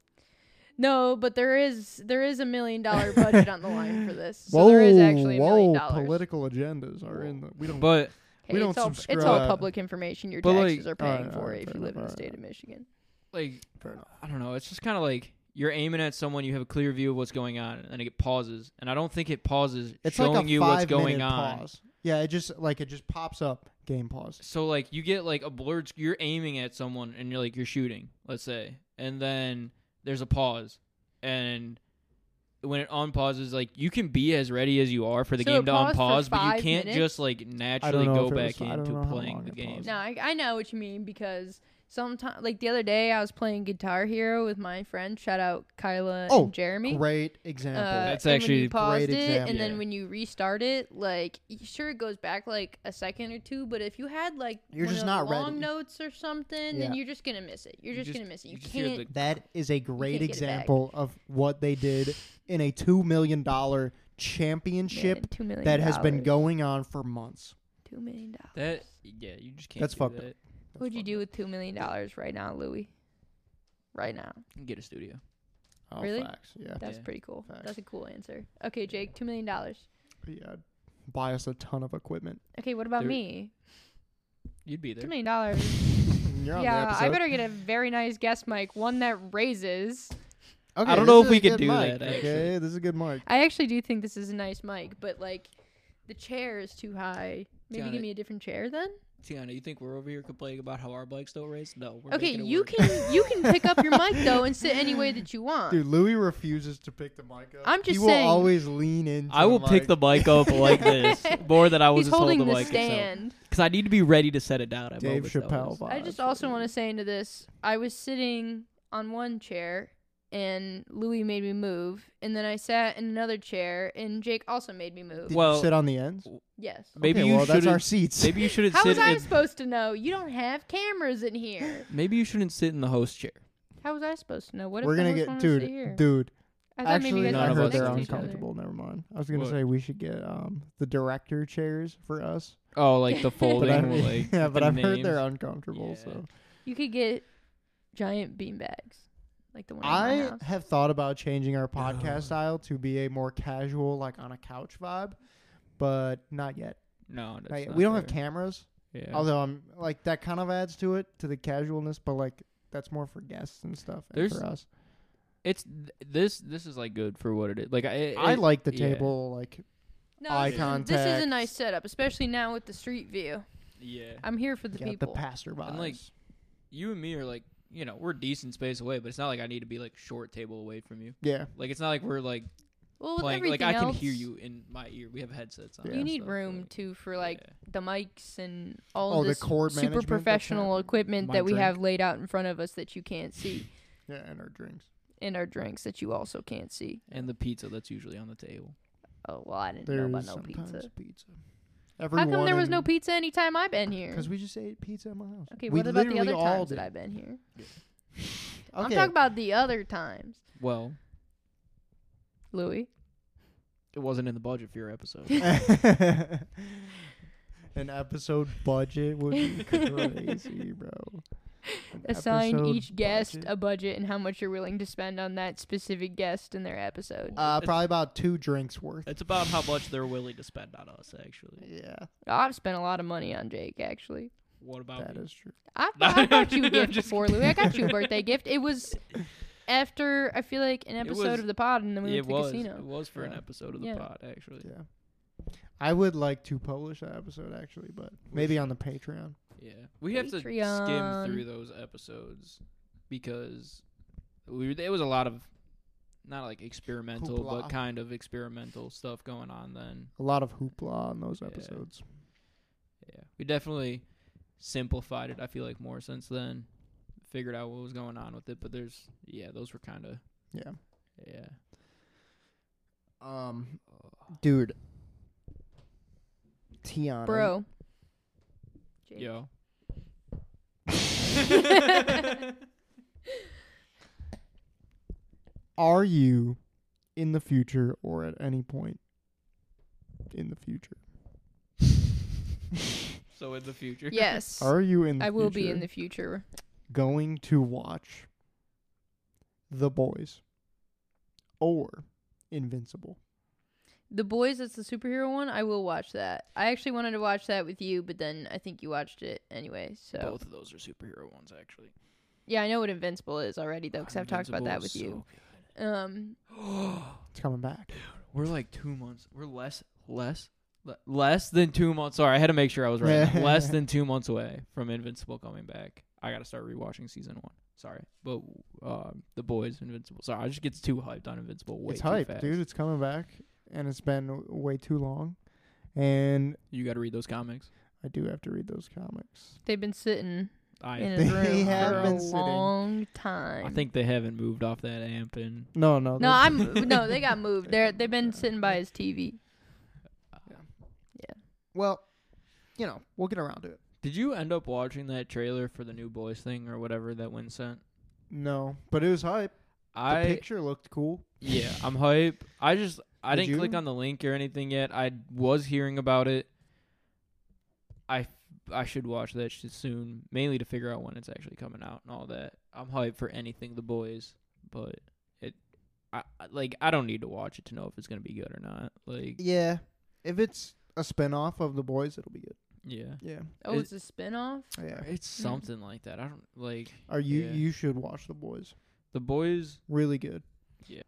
C: No, but there is there is a
A: [LAUGHS]
C: million dollar budget on the line for this. So there is actually a million
A: whoa,
C: dollars.
A: political agendas are in the. We don't.
B: But
C: Hey,
A: we
C: it's
A: don't
C: all, It's all
A: subscribe.
C: public information. Your
B: But, like-
C: taxes are paying
A: Alright,
C: for
A: alright,
C: it if
A: fair enough,
C: you live in the
A: alright,
C: state of Michigan.
B: like
A: Fair enough.
B: I don't know. It's just kind of like you're aiming at someone. You have a clear view of what's going on, and it pauses. And I don't think it pauses
A: It's
B: showing
A: like a
B: you
A: five
B: what's going
A: minute
B: on.
A: pause. Yeah, it just like it just pops up. Game pause.
B: So like you get like a blurred. You're aiming at someone, and you're like you're shooting. Let's say, and then there's a pause, and when it unpauses, like you can be as ready as you are for the
C: So
B: game
C: it
B: to
C: paused for
B: unpause, but you
C: five
B: can't
C: minutes?
B: just like naturally
A: know
B: go
A: if it was-
B: back
A: I don't know
B: into
A: how
B: playing
A: long
B: the
A: it
B: game.
A: paused.
C: No, I, I know what you mean because sometimes, like the other day, I was playing Guitar Hero with my friend. Shout out Kyla
A: Oh,
C: and Jeremy.
A: Great example.
C: Uh,
B: That's
C: and when
B: actually
C: you paused
A: great
C: it,
A: example.
C: and then
B: Yeah.
C: when you restart it, like y- sure it goes back like a second or two, but if you had like
A: You're
C: one of
A: just
C: those
A: not
C: long
A: ready.
C: notes or something,
A: Yeah.
C: then you're just gonna miss it. You're
B: You
C: just,
B: just-
C: gonna miss it.
B: you
C: You,
B: just hear
C: can't.
B: the-
A: That is a great
C: get it back.
A: example of what they did in a two million dollar championship
C: Man, two million
A: that has been
C: dollars.
A: going on for months.
C: Two million dollars.
B: That yeah, you just can't.
A: That's
B: do
A: fucked
B: that.
A: That's
C: What'd you
A: fucked
C: do with two million dollars right now, Louis? Right now,
B: Get a studio.
A: up. Oh,
C: Really?
A: facts. Yeah,
C: that's
B: Yeah.
C: pretty cool.
A: Facts.
C: That's a cool answer. Okay, Jake, two million dollars.
A: yeah. Buy us a ton of equipment. [LAUGHS]
C: Okay, what about
B: There-
C: me?
B: You'd be
C: Two
B: there.
C: million dollars.
A: You're on the
C: Yeah, I
A: episode.
C: better get a very nice guest mic, one that raises.
A: Okay,
B: I don't
A: this
B: know if
A: is
B: we
A: a
B: could
A: good
B: do
A: mic,
B: that,
A: Okay, this is a good mic.
C: I actually do think this is a nice mic, but like the chair is too high. Maybe
B: Got
C: give
B: it.
C: me a different chair then.
B: Tiana, you think we're over here complaining about how our bikes don't race? No. We're
C: okay,
B: making it
C: you
B: work.
C: can you can pick up your mic though and sit any way that you want.
A: Dude, Louis refuses to pick the mic up.
C: I'm just
A: he will
C: saying-
A: always lean in.
B: I will pick the mic up like this
C: [LAUGHS]
B: more than I will
C: He's
B: just hold
C: holding
B: the
C: the
B: mic
C: stand.
B: because I need to be ready to set it down. At
A: Dave
B: moments notice.
A: Chappelle vibes.
C: I just also want to say into this, I was sitting on one chair and Louis made me move, and then I sat in another chair and Jake also made me move.
A: Did
B: Well-
A: you sit on the ends?
C: Yes.
B: Maybe
A: Okay,
B: you
A: well, that's our
B: shouldn't.
A: seats.
B: Maybe you shouldn't
C: How
B: sit.
C: was I
B: In,
C: supposed to know? You don't have cameras in here.
B: maybe you shouldn't sit in the host chair.
C: How was I supposed to know? [LAUGHS] What
A: We're
C: if the
A: gonna
C: host
A: get
C: wanted to sit here?
A: dude, dude.
C: I thought
A: Actually,
C: maybe you guys
B: None
A: I
B: of
C: would
A: heard
B: us
C: sit
A: they're
C: next to each other.
A: uncomfortable. Never mind. I was gonna
B: What?
A: say we should get um the director chairs for us.
B: Oh, like the
A: But
B: folding.
A: I, [LAUGHS]
B: like
A: yeah, but
B: the
A: I've heard they're
B: names.
A: uncomfortable.
B: Yeah.
A: So
C: You could get giant bean bags, like the one in my
A: I
C: house.
A: have thought about changing
B: [SIGHS]
A: our podcast style to be a more casual, like on a couch vibe, but not yet.
B: [LAUGHS] No, that's
A: Not yet.
B: not
A: We don't have
B: fair.
A: cameras,
B: Yeah.
A: although I'm like that kind of adds to it to the casualness, but like that's more for guests and stuff. And
B: There's-
A: for us,
B: it's th- this. This is like good for what it is. Like I,
A: I
B: it-
A: like the
B: yeah.
A: table. Like
C: No,
A: eye
C: this, Is, this is a
A: contact.
C: nice setup, especially now with the street view.
B: Yeah.
C: I'm here for the
A: got the
C: people.
A: passerby.
B: like, You and me are like, you know, we're a decent space away, but it's not like I need to be like short table away from you.
A: yeah,
B: Like it's not like we're like
C: well, with
B: playing. Like
C: everything
B: I can
C: else,
B: hear you in my ear. We have headsets on.
A: You
B: and
C: You need
B: stuff,
C: room
B: like-
C: too for like
B: Yeah.
C: the mics and all
A: Oh,
C: of
A: the
C: this
A: cord
C: super
A: management that's
C: professional equipment
B: My
C: that we
B: drink.
C: have laid out in front of us that you can't see,
A: yeah, and our drinks.
C: and our drinks that you also can't see.
B: and the pizza that's usually on the table.
C: Oh well, I didn't know about no pizza.
A: pizza.
C: How come there was no pizza anytime I've been here?
A: Because we just ate pizza at my house.
C: Okay,
A: we
C: what about the
A: literally
C: other
A: all
C: times
A: did.
C: that I've been here? I'm
A: Okay.
C: talking about the other times,
B: Well,
C: Louis.
B: it wasn't in the budget for your episode.
A: [LAUGHS]
C: [LAUGHS]
A: An episode budget would be
C: [LAUGHS]
A: crazy, bro. An
C: Assign
A: episode
C: each guest
A: budget.
C: a budget and how much you're willing to spend on that specific guest in their episode.
A: Uh, probably about two drinks worth.
B: [LAUGHS] it's about how much they're willing to spend on us, actually.
A: Yeah,
C: I've spent a lot of money on Jake, actually.
B: What about
A: that is true.
B: [LAUGHS]
C: I,
B: No,
C: I got you a
B: I'm
C: gift
B: just
C: before, Louis. I got you a birthday gift. It was after, I feel like, an
B: It
C: episode
B: was-
C: of the pod, and then we went
B: it
C: to
B: was.
C: the casino.
B: It was for an
A: Yeah.
B: episode of the
C: Yeah.
B: pod, actually.
A: Yeah, I would like to publish that episode actually, but maybe on the Patreon.
B: Yeah, we have to
C: Patreon.
B: skim through those episodes because we it was a lot of not like experimental,
A: Hoopla.
B: but kind of experimental stuff going on. Then
A: A lot of hoopla on those
B: Yeah.
A: episodes.
B: yeah, we definitely simplified it. I feel like more since then, figured out what was going on with it. But there's yeah, those were kind of
A: Yeah.
B: yeah.
A: Um, dude, Tiana,
C: Bro. Jake.
B: Yo,
A: are you in the future or
B: [LAUGHS]
A: at any point in the future?
B: also in the future. [LAUGHS]
C: Yes.
A: Are you in? The
C: I will be in
A: future
C: the future.
A: going to watch The Boys or Invincible?
C: The Boys, that's the superhero one. I will watch that. I actually wanted to watch that with you, but then I think you watched it anyway. So
B: Both of those are superhero ones, actually.
C: yeah, I know what Invincible is already though, because I've talked about that
B: Invincible is
C: with you. Um,
B: so good.
A: It's coming back.
B: [GASPS] We're like two months. We're less, less, le- less than two months. Sorry, I had to make sure I
A: [LAUGHS]
B: was right. less than two months away from Invincible coming back. I gotta start rewatching season one. Sorry, but uh, the boys Invincible. Sorry, I just gets too hyped on Invincible. Way
A: it's
B: too
A: hype,
B: fast.
A: dude. It's coming back, and it's been w- way too long. And
B: You gotta read those comics.
A: I do have to read those comics.
C: they've been sitting
B: I
A: [LAUGHS]
C: in
A: They
C: a room for
A: have
C: a
A: been sitting.
C: long time.
B: I think they haven't moved off that amp, and
A: No, no,
C: No,
A: they're-
C: I'm [LAUGHS] no.
A: [LAUGHS]
C: They got moved. They're they've been
A: Yeah.
C: sitting by his TV.
A: Well, you know, we'll get around to it.
B: did you end up watching that trailer for the new boys thing or whatever that Win sent?
A: No, but it was hype. The
B: I
A: picture looked cool.
B: Yeah,
A: [LAUGHS]
B: I'm hype. I just I
A: Did
B: didn't click
A: you?
B: on the link or anything yet. I was hearing about it. I I should watch that shit soon, mainly to figure out when it's actually coming out and all that. I'm hype for anything the boys, but it I I- like I don't need to watch it to know if it's gonna be good or not. Like
A: Yeah, if it's a spin-off of The Boys, it'll be good.
B: yeah,
A: Yeah,
C: Oh,
B: Is-
C: it's a spinoff.
A: yeah.
B: it's something like that. I don't like
A: Are you?
B: yeah.
A: You should watch The Boys.
B: the boys.
A: Really good.
B: Yeah.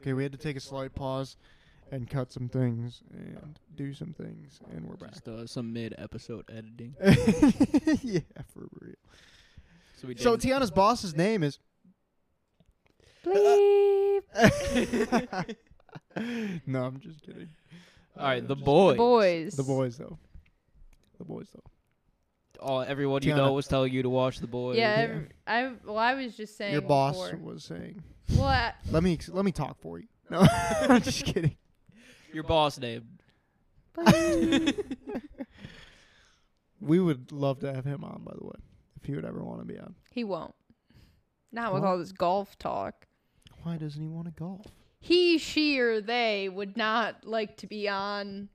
A: Okay, we had to take a slight pause and cut some things and do some things, and we're back.
B: Just uh, some mid episode editing.
A: [LAUGHS] yeah, for real.
B: So we did.
A: So Tiana's boss's name [LAUGHS] is. Uh,
C: Bleep.
A: no, I'm just kidding.
B: all right,
A: Uh,
B: the
A: just-
B: boys.
C: Boys.
A: The boys, though. The boys, though.
B: All everyone you
A: Tiana.
B: know was telling you to watch the boys.
C: Yeah.
A: Yeah.
C: every- I well, I was just saying.
A: Your boss
C: before-
A: was saying,
C: Well, I,
A: "Let me ex- let me talk for you." No, [LAUGHS] I'm just kidding.
B: Your boss name.
A: We would love to have him on, by the way, if he would ever want to be on.
C: he won't. Not with
A: What?
C: all this golf talk.
A: Why doesn't he want to golf?
C: He, she, or they would not like to be on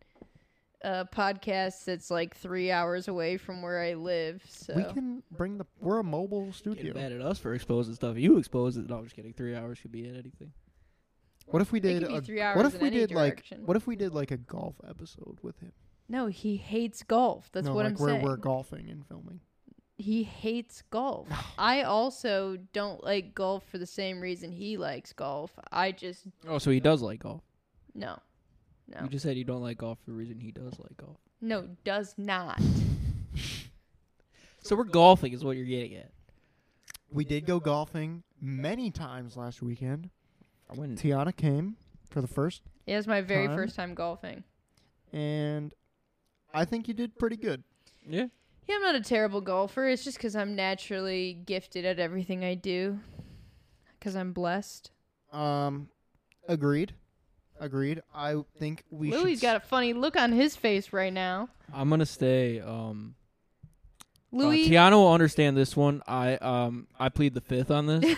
C: a podcast that's like three hours away from where I live. So
A: We can bring the. We're a mobile
B: Get
A: studio.
B: mad at us for exposing stuff. You expose it. No, I'm just kidding. Three hours could be anything.
A: What if we did?
C: could be
A: a,
C: three
A: what if
C: hours in
A: we
C: any
A: did
C: direction.
A: like? What if we did like a golf episode with him?
C: no, he hates golf. That's
A: no,
C: what
A: like
C: I'm
A: where
C: saying.
A: we're golfing and filming.
C: he hates golf.
A: [SIGHS]
C: I also don't like golf for the same reason he likes golf. I just
B: Oh, so he does like golf.
C: no. No.
B: You just said you don't like golf for the reason he does like golf.
C: No, does not.
B: So we're golfing is what you're getting at.
A: We did go golfing many times last weekend.
B: I wouldn't.
A: Tiana came for the first,
C: It was my very
A: Time?
C: first time golfing.
A: and I think you did pretty good.
B: Yeah.
C: Yeah, I'm not a terrible golfer. It's just because I'm naturally gifted at everything I do. Because I'm blessed.
A: Um, agreed, agreed. I think we.
C: Louis
A: should
C: got a funny look on his face right now.
B: I'm gonna stay. Um, uh,
C: Louis,
B: Tiana will understand this one. I um I plead the fifth on
C: [LAUGHS]
B: this.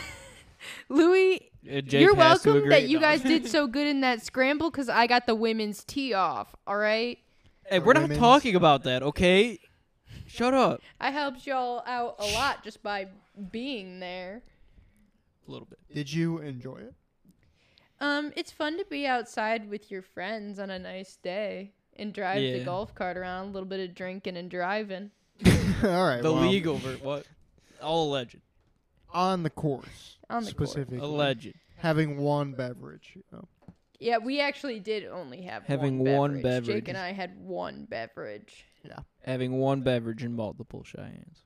C: Louis,
B: Uh, Jake
C: you're
B: has to
C: welcome
B: agree.
C: that you
B: No. [LAUGHS]
C: guys did so good in that scramble. Because I got the women's tee off. All right,
B: Hey, we're not
A: Women's-
B: talking about that, okay? Shut up.
C: I helped y'all out a lot just by being there.
B: A little bit.
A: Did you enjoy
C: [LAUGHS]
A: it?
C: Um, it's fun to be outside with your friends on a nice day and drive the
B: Yeah.
C: golf cart around, a little bit of drinking and driving.
A: All right.
B: The
A: well,
B: legal ver What? All alleged.
A: on the course
C: On the course.
A: specifically
B: Alleged.
A: having one beverage. You know.
C: Yeah, we actually did only have
B: Having
C: one
B: one
C: beverage.
B: beverage.
C: Jake and I had one beverage.
B: Having one beverage and multiple Cheyennes.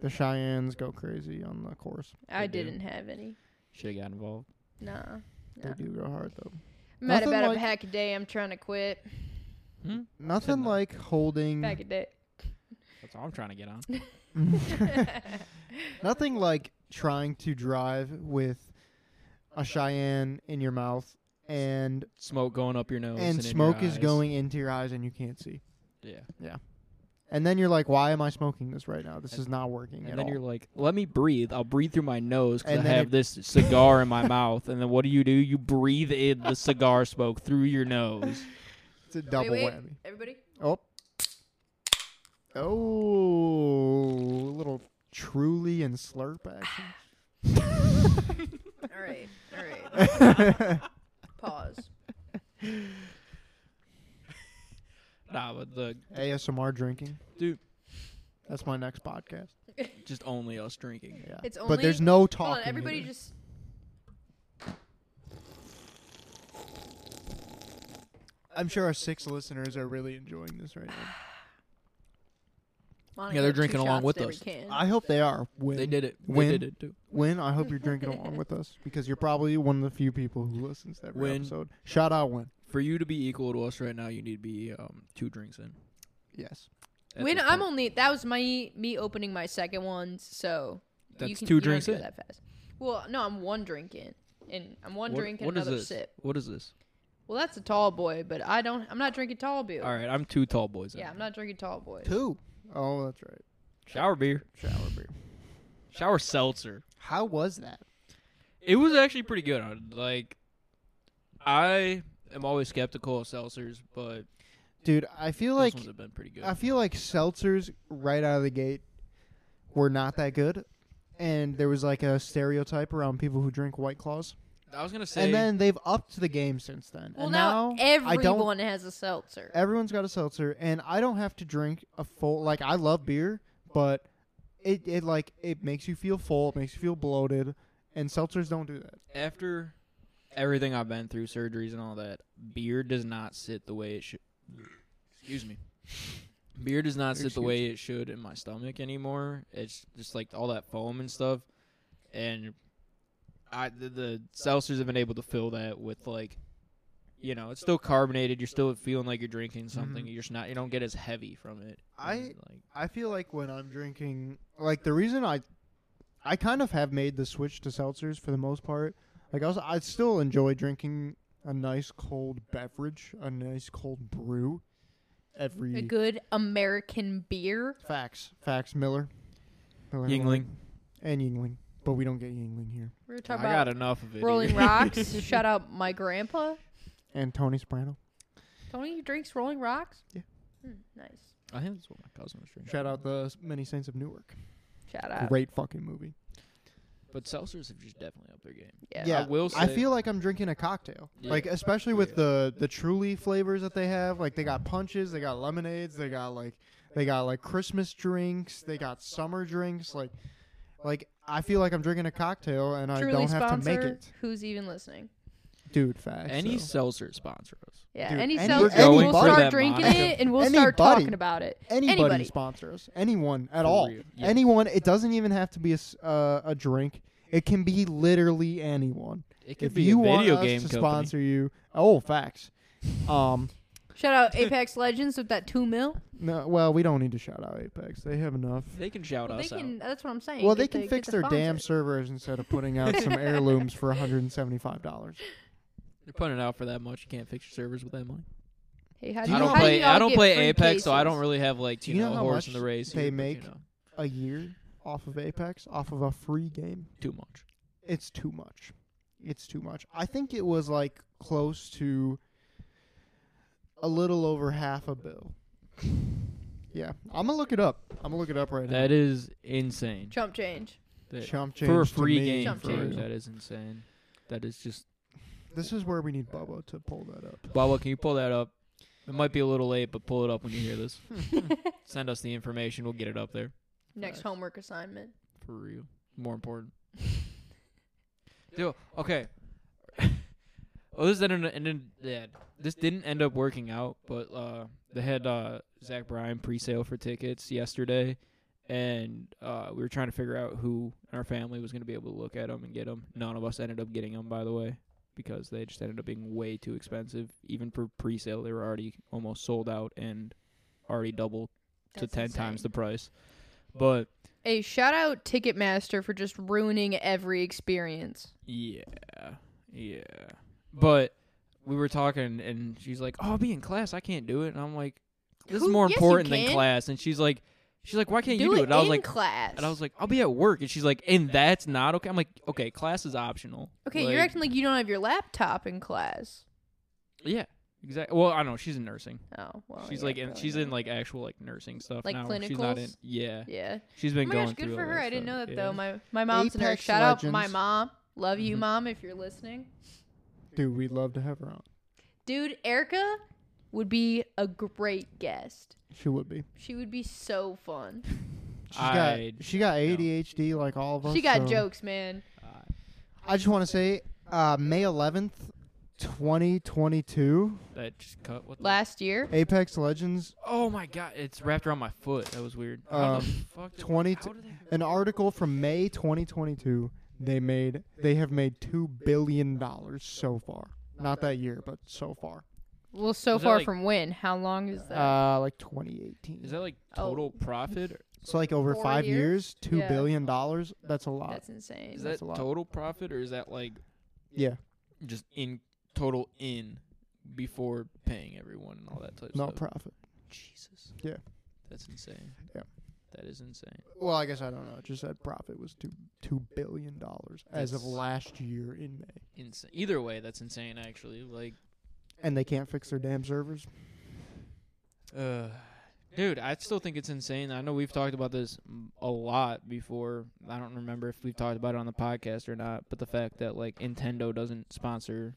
A: The Cheyennes go crazy on the course.
C: I
B: do.
C: didn't have any.
B: Should have got involved.
C: Nah. Yeah.
A: They do go hard though.
C: I'm at
A: Nothing
C: about
A: like-
C: a pack a day. I'm trying to quit.
A: Nothing
B: Couldn't-
A: like
B: Mm.
A: holding. [LAUGHS]
C: [LAUGHS] Pack
B: [LAUGHS]
C: a day.
B: That's all I'm trying to get on.
A: Nothing like trying to drive with a Cheyenne in your mouth and
B: Smoke going up your nose and,
A: and
B: in your
A: smoke is
B: eyes.
A: going into your eyes and you can't see.
B: Yeah,
A: And then you're like, why am I smoking this right now? This is not working
B: and
A: at
B: then
A: all.
B: you're like, "Let me breathe. I'll breathe through my nose because
A: And
B: I
A: then
B: have
A: it-
B: this cigar in my mouth." And then what do you do? You breathe in the cigar smoke through your nose. [LAUGHS]
A: it's a double
C: wait.
A: whammy.
C: Everybody?
A: Oh, Oh, little truly and slurp
B: [LAUGHS]
A: action.
C: All right, all
B: [LAUGHS]
A: I
C: right. Pause.
B: Nah, but the
A: ASMR drinking.
B: Dude.
A: That's my next podcast.
B: just only us drinking.
A: Yeah.
C: It's
A: but
C: only-
A: there's no talking.
C: Hold on, everybody
A: either.
C: just.
A: I'm sure our six listeners are really enjoying this right now.
C: Monica,
B: Yeah, they're
C: two
B: drinking along
C: shots
B: with
C: that we
B: us.
C: can.
A: I hope they are. Win.
B: They did it.
A: When?
B: They did it too.
A: Win, I hope you're drinking along with us because you're probably one of the few people who listens to every
B: Win.
A: episode. Shout out, Win.
B: For you to be equal to us right now, you need to be um, two drinks in.
A: Yes.
B: at
C: when
B: this
C: I'm
B: point.
C: only that was my me opening my second one, so you
B: That's
C: can-
B: two
C: you don't
B: drinks
C: do it
B: in.
C: that fast. Well, no, I'm one drink in, and I'm one
B: What-
C: drink and
B: what is
C: another
B: this?
C: sip.
B: What is this?
C: Well, that's a tall boy, but I don't. I'm not drinking tall beer.
B: All right, I'm two tall boys. in.
C: Yeah, I'm not drinking tall boy.
A: Two. Oh, that's right.
B: Shower beer.
A: Shower beer.
B: Shower seltzer.
A: How was that?
B: It was actually pretty good. I- Like, I am always skeptical of seltzers, but
A: Dude, I feel like
B: those ones have been pretty good.
A: I feel like seltzers right out of the gate were not that good. And there was like a stereotype around people who drink White Claws,
B: I was gonna say,
A: and then they've upped the game since then.
C: Well,
A: and
C: now,
A: now,
C: everyone
A: I don't
C: has a seltzer.
A: everyone's got a seltzer and i don't have to drink a full like i love beer but it, it like it makes you feel full it makes you feel bloated and seltzers don't do that
B: after everything I've been through, surgeries and all that, beer does not sit the way it should. Excuse me. Beer does not sit the
A: Excuse
B: way it should in my stomach anymore. It's just like all that foam and stuff, and I the, the seltzers have been able to fill that with like, you know, it's still carbonated. You're still feeling like you're drinking something.
A: Mhm.
B: You're just not. You don't get as heavy from it.
A: I-
B: And, like
A: i feel like when i'm drinking like the reason i i kind of have made the switch to seltzers for the most part like i was i still enjoy drinking a nice cold beverage a nice cold brew
C: a
A: every
C: good American beer.
A: facts facts miller, miller Lite,
B: Yingling.
A: and yingling but we don't get yingling here
C: We were
B: I
C: talking
B: got
C: about
B: enough of it.
C: Rolling
B: here. [LAUGHS]
C: Rocks. Shout out my grandpa.
A: and tony soprano
C: Tony drinks Rolling Rocks.
A: Yeah.
C: Hmm, nice.
B: I think that's what my cousin was drinking.
A: Shout out the Many Saints of Newark.
C: Shout out.
A: Great fucking movie.
B: But seltzers have just definitely upped their game. I
C: Yeah.
B: will
A: I
B: say-
A: feel like I'm drinking a cocktail.
B: Yeah.
A: Like especially with
B: Yeah.
A: the the Truly flavors that they have. Like they got punches, they got lemonades, they got like they got like Christmas drinks, they got summer drinks. Like like I feel like I'm drinking a cocktail and I
C: Truly
A: don't have
C: sponsor.
A: to make it,
C: Who's even listening?
A: dude. Facts.
B: Any
A: so.
B: seltzer sponsor us.
C: Yeah,
A: Dude,
C: any
A: any-
C: seltzer,
A: We're
C: and
A: going
C: we'll
A: for
C: start
B: that,
C: drinking
B: Monica.
C: it, and we'll start
A: Anybody.
C: talking about it.
A: anybody,
C: Anybody.
A: sponsors anyone at
B: For
A: all.
B: real, yes.
A: Anyone. It doesn't even have to be a s- uh, a drink. It can be literally anyone.
B: It could
A: If
B: be
A: you
B: a video
A: want
B: game
A: us to
B: company.
A: sponsor you, oh facts. Um,
C: Shout out Apex Legends with that two mil.
A: No, well, we don't need to shout out Apex. They have enough.
B: They can shout
C: Well, they
B: us
C: can. That's what I'm saying.
A: Well,
C: Get
A: they can
C: the-
A: fix
C: get
A: their
C: the
A: damn
C: sponsor.
A: servers instead of putting out some heirlooms for $175.
B: out. They're putting it out for that much. You can't fix your servers with that money.
C: Hey, how
A: Do
C: do
A: you
B: I
A: know
B: don't
A: how
B: play.
C: you all
B: I don't
C: get
B: play
C: free
B: Apex, so I
C: cases?
B: don't really have like
A: Do
B: you,
A: you know
B: know, a
A: how
B: horse
A: much
B: in the race.
A: they
B: here, but,
A: make?
B: you know,
A: A year off of Apex, off of a free game.
B: too much.
A: It's too much. It's too much. I think it was like close to a little over half a bill. Yeah, I'm gonna look it up. I'm gonna look it up right
B: That is insane.
C: Chump change.
A: now.
B: That-
A: Chump change
B: for a
A: to
B: free
A: me,
B: game.
C: Chump
B: for
C: change.
B: real, That is insane. That is just.
A: This is where we need Bubba to pull that up.
B: Baba, can you pull that up? It might be a little late, but pull it up when you hear this.
C: [LAUGHS]
B: Send us the information. We'll get it up there.
C: Next
A: Facts.
C: homework assignment.
B: For real. More
C: [LAUGHS]
B: important. Dude, okay. [LAUGHS] well, this didn't, and then- yeah, this didn't end up working out, but uh, they had uh, Zach Bryan pre-sale for tickets yesterday, and uh, we were trying to figure out who in our family was going to be able to look at them and get them. None of us ended up getting them, by the way, because they just ended up being way too expensive. Even for pre-sale, they were already almost sold out and already double to
C: That's
B: ten
C: insane.
B: times the price. But
C: A shout out Ticketmaster for just ruining every experience.
B: Yeah, yeah. But we were talking, and she's like, "Oh, I'll be in class. I can't do it." And I'm like, "This
C: Who-
B: is more
C: yes, you
B: important than
C: can.
B: class." And she's like, "She's like, why can't
C: do
B: you do it?"
C: it
B: And I was
C: in
B: like,
C: class.
B: "And I was like, I'll be at work." And she's like, "And that's not okay." I'm like, "Okay, class is optional."
C: okay,
B: Like,
C: you're acting like you don't have your laptop in class.
B: yeah. Exactly. Well, I don't know. She's in nursing.
C: Oh well.
B: she's
C: yeah,
B: like in,
C: probably
B: she's
C: not.
B: in like actual like nursing stuff
C: Like
B: now. She's not in.
C: clinicals?
B: Yeah,
C: Yeah.
B: she's been
C: oh my
B: going
C: gosh, good
B: through
C: for
B: all
C: her.
B: that
C: I didn't know
B: stuff.
C: that
B: Yeah.
C: though. My my mom's in her.
A: Apex
C: Shout out my
A: Legends.
C: mom. Love you,
B: Mhm.
C: mom, if you're listening.
A: Dude, we'd love to have her on.
C: Dude, Erica would be a great guest.
A: She would be.
C: She would be so fun.
B: [LAUGHS]
A: She's got,
B: I'd-
A: she got ADHD like all of us.
C: She got
A: so-
C: jokes, man.
A: I just want to say, uh, May 11th, 2022,
B: that just cut. What? The?
C: Last year.
A: Apex Legends,
B: oh my god! It's wrapped around my foot. That was weird. How
A: Um,
B: the fuck? Did,
A: 20
B: How did that-
A: an article from May 2022. They made, they have made two billion dollars so far. Not that year, but so far.
C: Well, so
B: Was that,
C: far
B: like-
C: from when? How long is that?
A: Uh, like
B: is
A: 2018.
B: that like
C: Oh.
B: total profit? Or,
A: So like over
C: four
A: five
C: years?
A: years, two
C: Yeah.
A: billion dollars. That's a lot.
C: That's insane.
B: is that
A: That's a lot.
B: total profit or is that like
A: yeah.
B: just in total in before paying everyone and all that type
A: No
B: stuff?
A: profit.
B: Jesus.
A: Yeah.
B: That's insane.
A: Yeah.
B: That is insane.
A: Well, I guess I don't know. It just said profit was two two billion dollars as of
B: That's-
A: last year in May,
B: Insane. Either way, that's insane. Actually, like,
A: and they can't fix their damn servers.
B: uh, dude, I still think it's insane. I know we've talked about this m- a lot before. I don't remember if we've talked about it on the podcast or not, but the fact that like Nintendo doesn't sponsor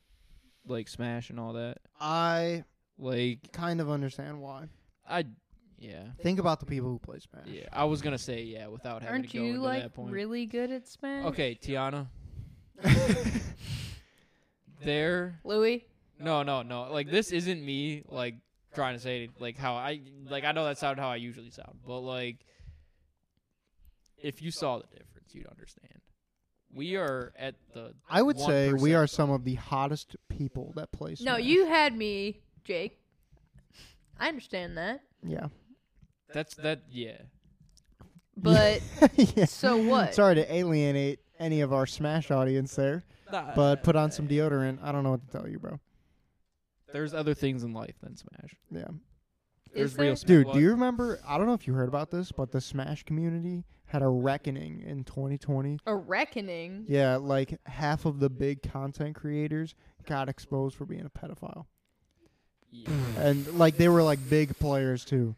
B: like Smash and all that,
A: I
B: like,
A: kind of understand why.
B: I, yeah,
A: Think about the people who play Smash.
B: yeah. I was gonna say yeah without having
C: Aren't
B: to go
C: you
B: into
C: like
B: that point.
C: really good at Smash?
B: Okay, Tiana. there.
C: Louis.
B: No, no, no. Like this isn't me like trying to say like how I like I know that sound how I usually sound, but like if you saw the difference, you'd understand. We are at the
A: I would say we
B: 1%.
A: are some of the hottest people that play Smash.
C: No, you had me, Jake. I understand that,
B: [LAUGHS]
A: Yeah.
B: that's that yeah.
C: [LAUGHS] but
A: [LAUGHS] yeah.
C: so what?
A: Sorry to alienate any of our Smash audience there,
B: Nah,
A: but put on some deodorant. I don't know what to tell you, bro.
B: there's other things in life than Smash.
A: Yeah.
B: There's
C: Is
B: real
C: there?
A: Dude,
B: Smash.
A: do you remember? I don't know if you heard about this, but the Smash community had a reckoning in 2020.
C: a reckoning.
A: Yeah, like half of the big content creators got exposed for being a pedophile.
B: Yeah.
A: [LAUGHS] And like they were like big players too.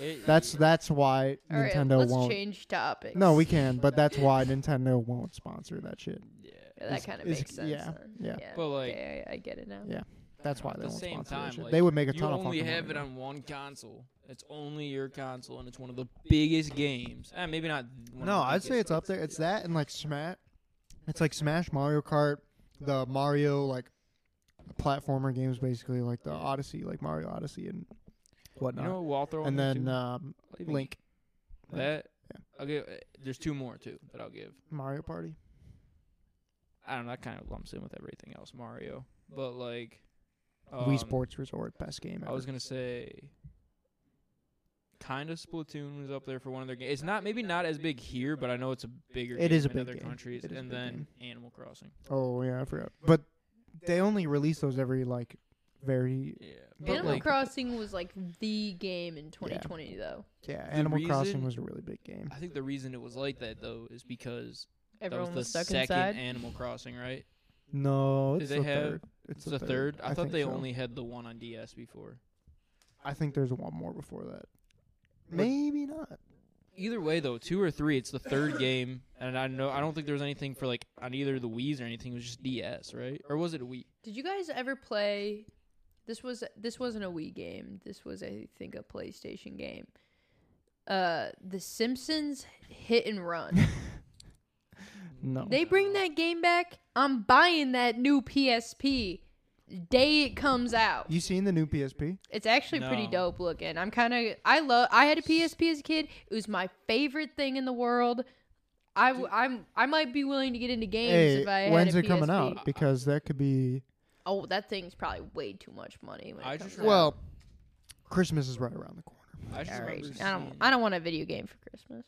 B: It-
A: That's that's why
C: All right,
A: Nintendo
C: let's
A: won't.
C: change topics.
A: No, we can, but that's why Nintendo won't sponsor that shit.
B: yeah.
C: That
A: is-
C: kind of
A: is-
C: makes sense.
A: yeah,
C: then.
A: yeah.
B: But, like-
C: okay, I, I get it now.
A: Yeah. That's why
B: At
A: they
B: the
A: won't
B: same
A: sponsor
B: time,
A: that shit.
B: like,
A: they would make a
B: you
A: ton of
B: only
A: fucking
B: have
A: money.
B: it on one console. It's only your console, and it's one of the biggest games. Eh, maybe not. one of
A: No,
B: the
A: I'd say
B: biggest,
A: it's up there. It's that and like Smash. It's like Smash, Mario Kart, the Mario like platformer games, basically like the Odyssey, like Mario Odyssey and
B: You
A: whatnot.
B: know, who I'll throw in
A: and
B: there,
A: then
B: too?
A: um,
B: I'll even-
A: Link,
B: That
A: Yeah.
B: I'll give. uh, There's two more too that I'll give.
A: Mario Party.
B: I don't know. That kind of lumps in with everything else, Mario. But like, um,
A: Wii Sports Resort, best game ever.
B: I was gonna say, kind of Splatoon was up there for one of their games. It's not maybe not as big here, but I know it's a bigger.
A: It
B: game
A: is a
B: in
A: big
B: other
A: game.
B: countries.
A: It is a
B: and
A: big
B: then Animal Crossing.
A: oh yeah, I forgot. But they only release those every like very
B: Yeah, but
C: Animal
B: like,
C: Crossing was like the game in 2020, though.
A: yeah. Animal Crossing
B: reason-
A: was a really big game.
B: I think the reason it was like that though is because
C: Everyone
B: that
C: was,
B: was the
C: stuck
B: second
C: inside.
B: Animal Crossing, right?
A: No,
B: Did
A: it's
B: they
A: the
B: have-
A: third.
B: It's the third. I, thought
A: think
B: they
A: so.
B: only had the one on DS before.
A: I think there's one more before that.
B: But-
A: Maybe not.
B: Either way, though, two or three, it's the third game, and I know I don't think there was anything for like on either the Wii's or anything. It was just DS, right? Or was it a Wii?
C: Did you guys ever play? This was this wasn't a Wii game. This was, I think, a PlayStation game. Uh, The Simpsons Hit and
A: [LAUGHS]
C: Run.
A: Oh No.
C: they bring that game back. I'm buying that new PSP. Day it comes out.
A: You seen the new PSP?
C: It's actually pretty
B: No.
C: dope looking. I'm kind of I love. I had a PSP as a kid. It was my favorite thing in the world. I w- I'm I might be willing to get into games
A: Hey,
C: if I had
A: when's
C: a
A: it coming
C: PSP.
A: out? Because that could be
C: Oh, that thing's probably way too much money. When it
B: I
C: comes
B: just
C: out.
A: well. Christmas is right around the corner.
B: I just
C: All right.
B: remember
C: I
B: seeing,
C: don't. I don't want a video game for Christmas.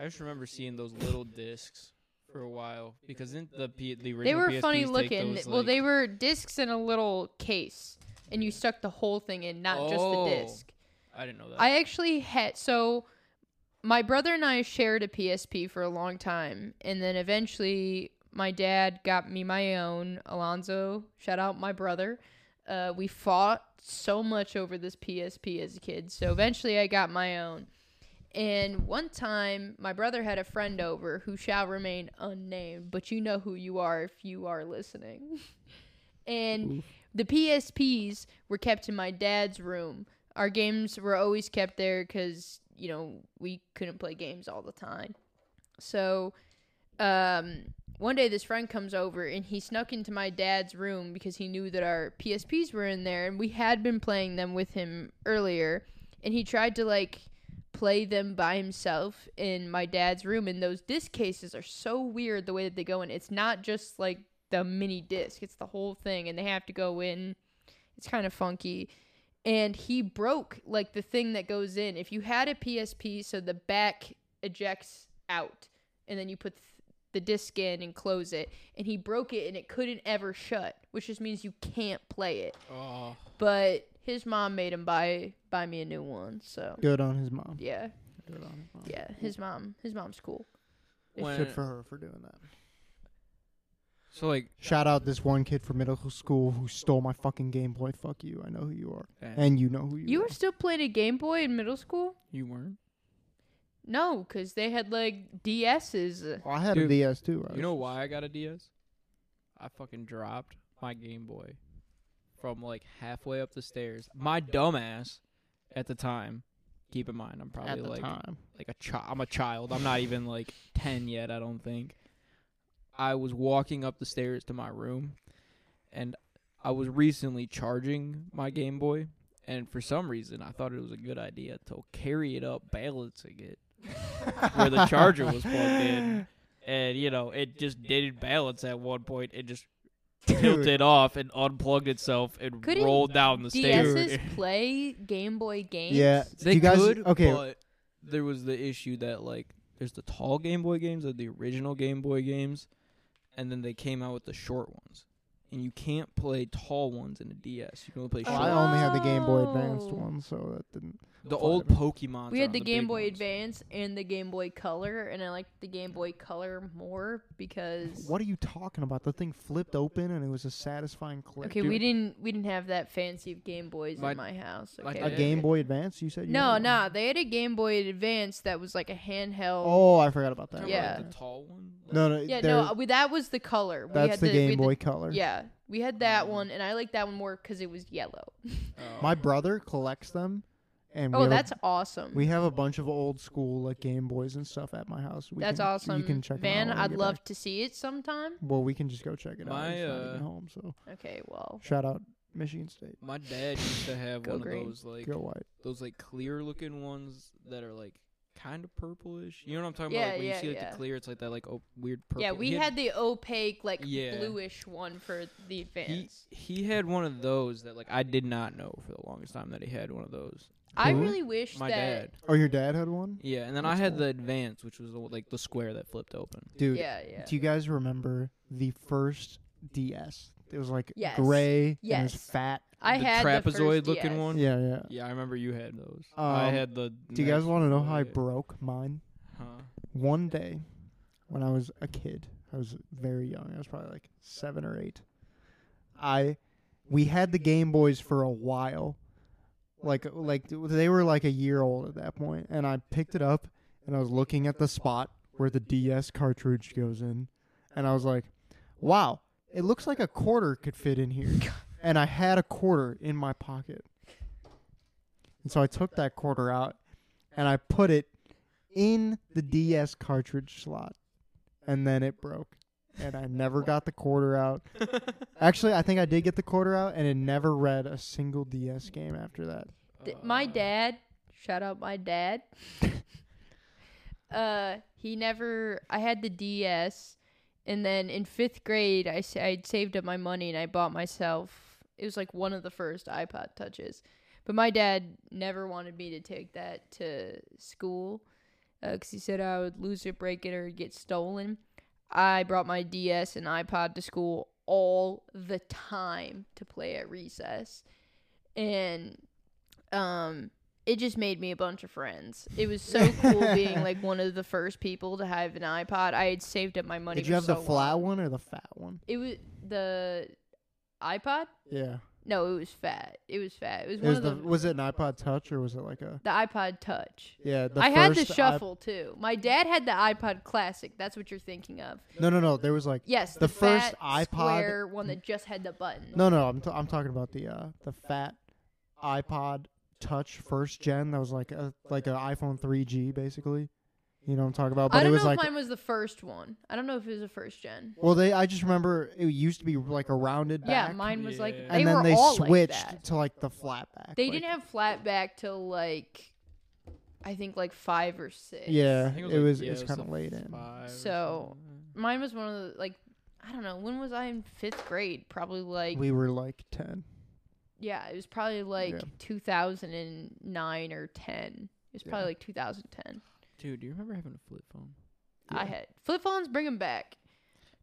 B: I just remember seeing those little discs for a while because in the P, the original
C: They were
B: PSPs
C: funny
B: take
C: looking.
B: those,
C: well,
B: like-
C: they were discs in a little case, and you stuck the whole thing in, not just
B: Oh.
C: the disc.
B: I didn't know that.
C: I actually had so my brother and I shared a PSP for a long time, and then eventually my dad got me my own. Alonzo, shout out my brother. uh, we fought so much over this PSP as a kid. So eventually I got my own. And one time my brother had a friend over who shall remain unnamed, but you know who you are if you are listening. [LAUGHS] and the PSPs were kept in my dad's room. Our games were always kept there because, you know, we couldn't play games all the time. So, um, one day this friend comes over and he snuck into my dad's room because he knew that our PSPs were in there and we had been playing them with him earlier and he tried to like play them by himself in my dad's room and those disc cases are so weird the way that they go in it's not just like the mini disc it's the whole thing and they have to go in it's kind of funky and he broke like the thing that goes in if you had a PSP so the back ejects out and then you put th- the disc in and close it and he broke it and it couldn't ever shut which just means you can't play it
B: Oh,
C: but his mom made him buy buy me a new one so
A: Good on his mom.
C: yeah
A: Good on his mom.
C: yeah his mom his mom's cool
B: when,
A: Good for her for doing that.
B: so like
A: Shout out this one kid from middle school who stole my fucking Game Boy. Fuck you. I know who you are.
B: eh,
A: And you know who you,
C: you
A: are.
C: were still playing a game boy in middle school
B: you weren't.
C: no because they had like ds's
A: Well, I had a
B: Dude,
A: DS too. I
B: You know
A: was-
B: why I got a DS? I fucking dropped my Game Boy from like halfway up the stairs. My dumbass at the time. Keep in mind, I'm probably
A: At the [LAUGHS]
B: like
A: time.
B: like a child. I'm a child. I'm not even like ten yet. I don't think. I was walking up the stairs to my room, and I was recently charging my Game Boy, and for some reason I thought it was a good idea to carry it up, balancing it where the charger was plugged in, and you know it just didn't balance at one point. It just tilted off and unplugged itself and
C: Couldn't
B: rolled down the stairs.
C: ds's play game boy games
A: Yeah.
B: They
A: Do you guys,
B: could,
A: okay.
B: but there was the issue that like there's the tall Game Boy games, or the original Game Boy games, and then they came out with the short ones, and you can't play tall ones in a DS. You can only play
A: Well,
B: short.
A: I only had the Game Boy Advanced
C: Oh.
A: one, so that didn't.
B: the old Pokemon.
C: we had the, Game Boy Advance and the Game Boy Color, and I liked the Game Boy Color more because
A: What are you talking about? The thing flipped open and it was a satisfying click.
C: Okay, we didn't we didn't have that fancy of Game Boys
B: My-
C: in my house.
B: my
C: Okay.
A: A
B: dad-
A: Game Boy Advance? You said you
C: No,
A: had one?
C: no, they had a Game Boy Advance that was like a handheld.
A: Oh, I forgot about that.
C: Yeah.
B: the tall one.
A: No, no.
C: yeah,
A: there-
C: no, we, that was the color. we
A: That's
C: had
A: the
C: we
A: Game
C: had
A: Boy Color.
C: yeah, we had
B: Mm.
C: that one, and I liked that one more because it was yellow.
B: Oh.
A: My brother collects them, and we
C: Oh,
A: have a-
C: that's awesome.
A: we have a bunch of old school like Game Boys and stuff at my house. We
C: that's
A: can,
C: awesome.
A: You can check 'em
C: Van,
A: out when we
C: I'd
A: get
C: love
A: back.
C: to see it sometime.
A: Well, we can just go check it out.
B: My,
A: He's not
B: uh,
A: even home, so
C: Okay, well,
A: shout out Michigan State.
B: my dad used to have
C: Go
B: one
C: green.
B: of those like
A: Go White.
B: those like clear looking ones that are like kind of purplish. You know what I'm talking
C: Yeah,
B: about? Like, when
C: yeah,
B: you see like
C: yeah.
B: the clear, it's like that like oh, weird purple.
C: yeah,
B: He
C: we had the opaque, like
B: Yeah.
C: bluish one for the
B: he,
C: Advance.
B: he had one of those that like I did not know for the longest time that he had one of those.
C: I
A: Who?
C: really wish
B: My
C: that.
B: dad.
A: Oh, your dad had one,
B: Yeah, and then
A: That's
B: I had
A: cool.
B: the advance, which was the, like the square that flipped open.
A: dude.
C: Yeah, yeah.
A: Do you guys remember the first DS? It was like
C: Yes.
A: gray and it was
C: Yes.
A: fat.
C: I
B: the
C: had
B: trapezoid
C: the first
B: looking
C: DS.
B: one.
A: Yeah, yeah.
B: Yeah, I remember you had those. I
A: Um,
B: had the.
A: Do you guys
B: next
A: want to know how I
B: one.
A: broke mine?
B: Huh.
A: One day, when I was a kid, I was very young. I was probably like seven or eight. I, we had the Game Boys for a while, like like they were like a year old at that point, and I picked it up and I was looking at the spot where the DS cartridge goes in, and I was like, "Wow, it looks like a quarter could fit in here," and I had a quarter in my pocket, and so I took that quarter out and I put it in the DS cartridge slot, and then it broke, and I never got the quarter
C: [LAUGHS]
A: out. Actually, I think I did get the quarter out, and it never read a single DS game after that.
C: Th- my
B: Uh,
C: dad shout out
B: [LAUGHS]
C: my dad uh he never i had the ds and then in fifth grade i sa- i saved up my money and i bought myself it was like one of the first ipod touches but my dad never wanted me to take that to school because he said i would lose it break it or get stolen i brought my ds and ipod to school all the time to play at recess and um it just made me a bunch of friends. It was so cool being like one of the first people to have an iPod. I had saved up my money.
A: did
C: for
A: you have the
C: so
A: flat
C: long.
A: one or the fat one?
C: It was the iPod.
A: Yeah,
C: No, it was fat. It was fat. It was one
A: Is
C: of
A: the
C: the,
A: was it an iPod Touch or was it like a
C: the iPod Touch.
A: yeah? The
C: I had the
A: first iP-
C: shuffle too. My dad had the iPod Classic. That's what you're thinking of.
A: no, no, no. There was like
C: Yes,
A: The first iPod-
C: fat, square one that just had the button.
A: no, no. I'm t- I'm talking about the uh the fat iPod Touch first gen that was like a like an iPhone 3G basically. You know what I'm talking about? But
C: I
A: it
C: don't know
A: was
C: if
A: like
C: mine was the first one. I don't know if it was a first gen.
A: well, they I just remember it used to be like a rounded
C: Yeah,
A: back,
C: mine was like
B: Yeah.
A: and
C: they
A: then
C: were
A: they
C: all
A: switched
C: like that.
A: to like the flat back.
C: They
A: like-
C: didn't have flat back till like I think like five or six.
A: Yeah,
B: I think
A: it was
B: like-
A: it's
B: yeah,
A: kind of
B: the
A: late in.
B: five or
C: So-
B: something.
C: Mine was one of the like I don't know, when was I in fifth grade? Probably like
A: we were like ten.
C: yeah, it was probably like
A: Yeah.
C: two thousand and nine or ten. It was probably
A: Yeah.
C: like two thousand ten.
B: dude, do you remember having a flip phone?
A: Yeah.
C: I had flip phones, bring 'em back.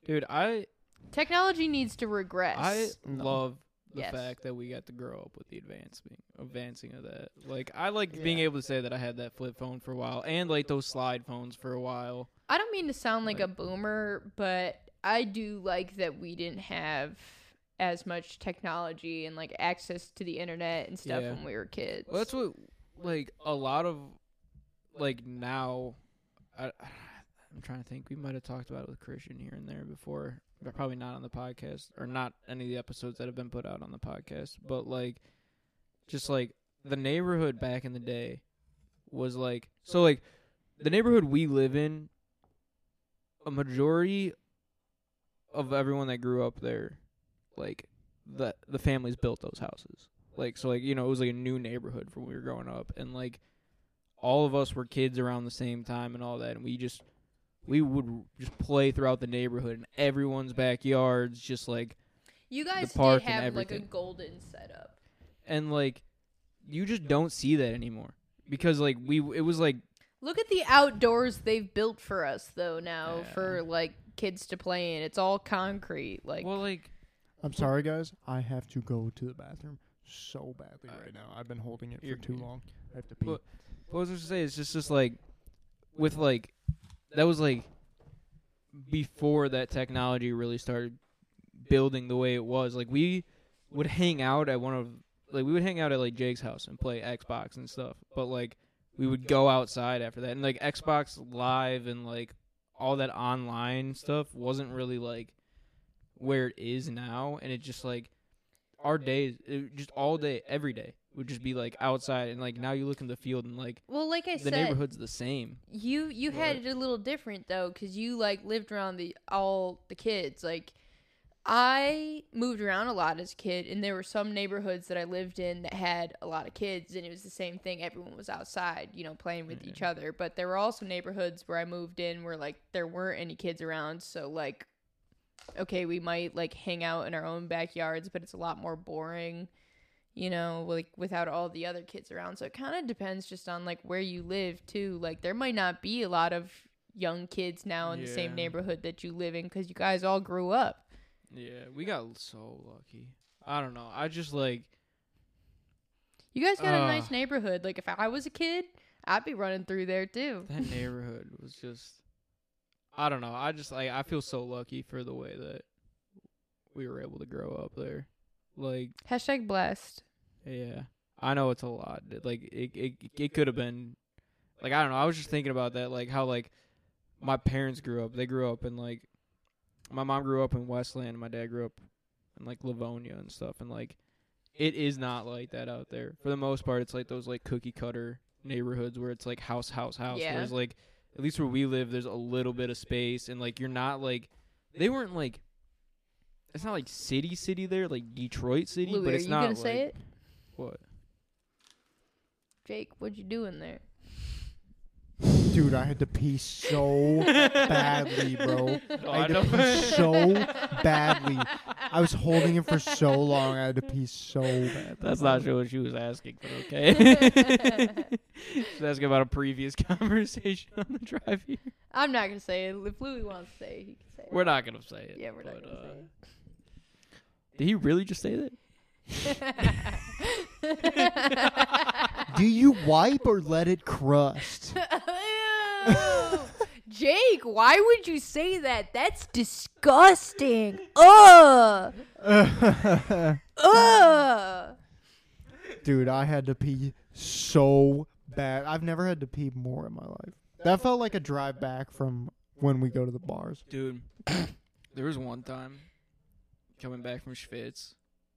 B: Dude, I
C: Technology needs to regress.
B: I
A: No.
B: love the
C: Yes.
B: fact that we got to grow up with the advancing advancing of that. Like I like being able to say that I had that flip phone for a while and like those slide phones for a while.
C: I don't mean to sound like,
B: Like-
C: a boomer, but I do like that we didn't have as much technology and like access to the internet and stuff
B: Yeah.
C: when we were kids.
B: Well, that's what like a lot of like now. I, I'm trying to think. We might have talked about it with Christian here and there before, but probably not on the podcast or not any of the episodes that have been put out on the podcast. But like, just like the neighborhood back in the day was like so like the neighborhood we live in. A majority of everyone that grew up there, like the the families built those houses like so like you know it was like a new neighborhood from when we were growing up and like all of us were kids around the same time and all that and we just we would just play throughout the neighborhood and everyone's backyards just like
C: you guys
B: park
C: did
B: and
C: have like a
B: everything.
C: golden setup.
B: and like you just don't see that anymore because like we it was like
C: Look at the outdoors they've built for us though now
B: Yeah.
C: for like kids to play in. It's all concrete. Like
B: well like
A: I'm sorry, guys. I have to go to the bathroom so badly
B: Uh,
A: right now. I've been holding it for
B: you're-
A: too long. I have to pee.
B: Well, what I was going to say is just just like with like that was like before that technology really started building the way it was. Like we would hang out at one of like we would hang out at like Jake's house and play Xbox and stuff. But like we would go outside after that and like Xbox Live and like all that online stuff wasn't really like where it is now and it just like our days it, just all day every day would just be like outside and like now you look in the field and like
C: well, like I
B: the
C: said,
B: neighborhood's the same
C: You you had it a little different though, because you like lived around the all the kids. Like I moved around a lot as a kid, and there were some neighborhoods that I lived in that had a lot of kids, and it was the same thing. Everyone was outside, you know, playing with each other. But there were also neighborhoods where I moved in where like there weren't any kids around, so like okay, we might like hang out in our own backyards, but it's a lot more boring you know, like without all the other kids around. So it kind of depends just on like where you live too. Like there might not be a lot of young kids now in the same
B: Yeah.
C: neighborhood that you live in because you guys all grew up.
B: yeah we got so lucky i don't know i just like
C: You guys got a
B: Ah.
C: nice neighborhood. Like if I was a kid, I'd be running through there too.
B: [LAUGHS] that neighborhood was just i don't know i just like i feel so lucky for the way that we were able to grow up there like
C: Hashtag blessed.
B: Yeah, I know it's a lot. It- Like it, it, it could have been. Like I don't know. I was just thinking about that. Like how like my parents grew up. They grew up in like my mom grew up in Westland. and My dad grew up in like Livonia and stuff. And like it is not like that out there for the most part. It's like those like cookie cutter neighborhoods where it's like house, house, house.
C: Yeah.
B: Whereas like at least where we live, there's a little bit of space and like you're not like they weren't like. It's not like city city there, like Detroit city,
C: Louis,
B: but
C: are
B: it's
C: you
B: not
C: gonna
B: like
C: say it?
B: what.
C: Jake, what'd you do in there?
A: Dude, I had to pee
C: [LAUGHS]
A: so badly, bro.
C: Oh,
A: I had to pee so badly. I was holding him for so long. I had to pee so bad.
B: That's not sure what she was asking, but okay.
C: [LAUGHS]
B: She's asking about a previous [LAUGHS] conversation on the drive here.
C: I'm not gonna say it. If Louis wants to say it, he can say it. [LAUGHS]
B: We're not gonna say it.
C: Yeah, we're not
B: but,
C: gonna say
B: uh,
C: it.
B: Did he really just say that?
C: uh,
A: [LAUGHS] Do you wipe or let it
C: [LAUGHS]
A: crust? [LAUGHS]
C: Ew. [LAUGHS] Jake, why would you say that? That's Uh, disgusting. Ugh.
A: Ugh.
C: Ugh.
A: had to pee so bad. I've never had to pee more in my life. That felt like a drive back from when we go to the bars.
B: Dude, [COUGHS] there was one time coming back from Schwitz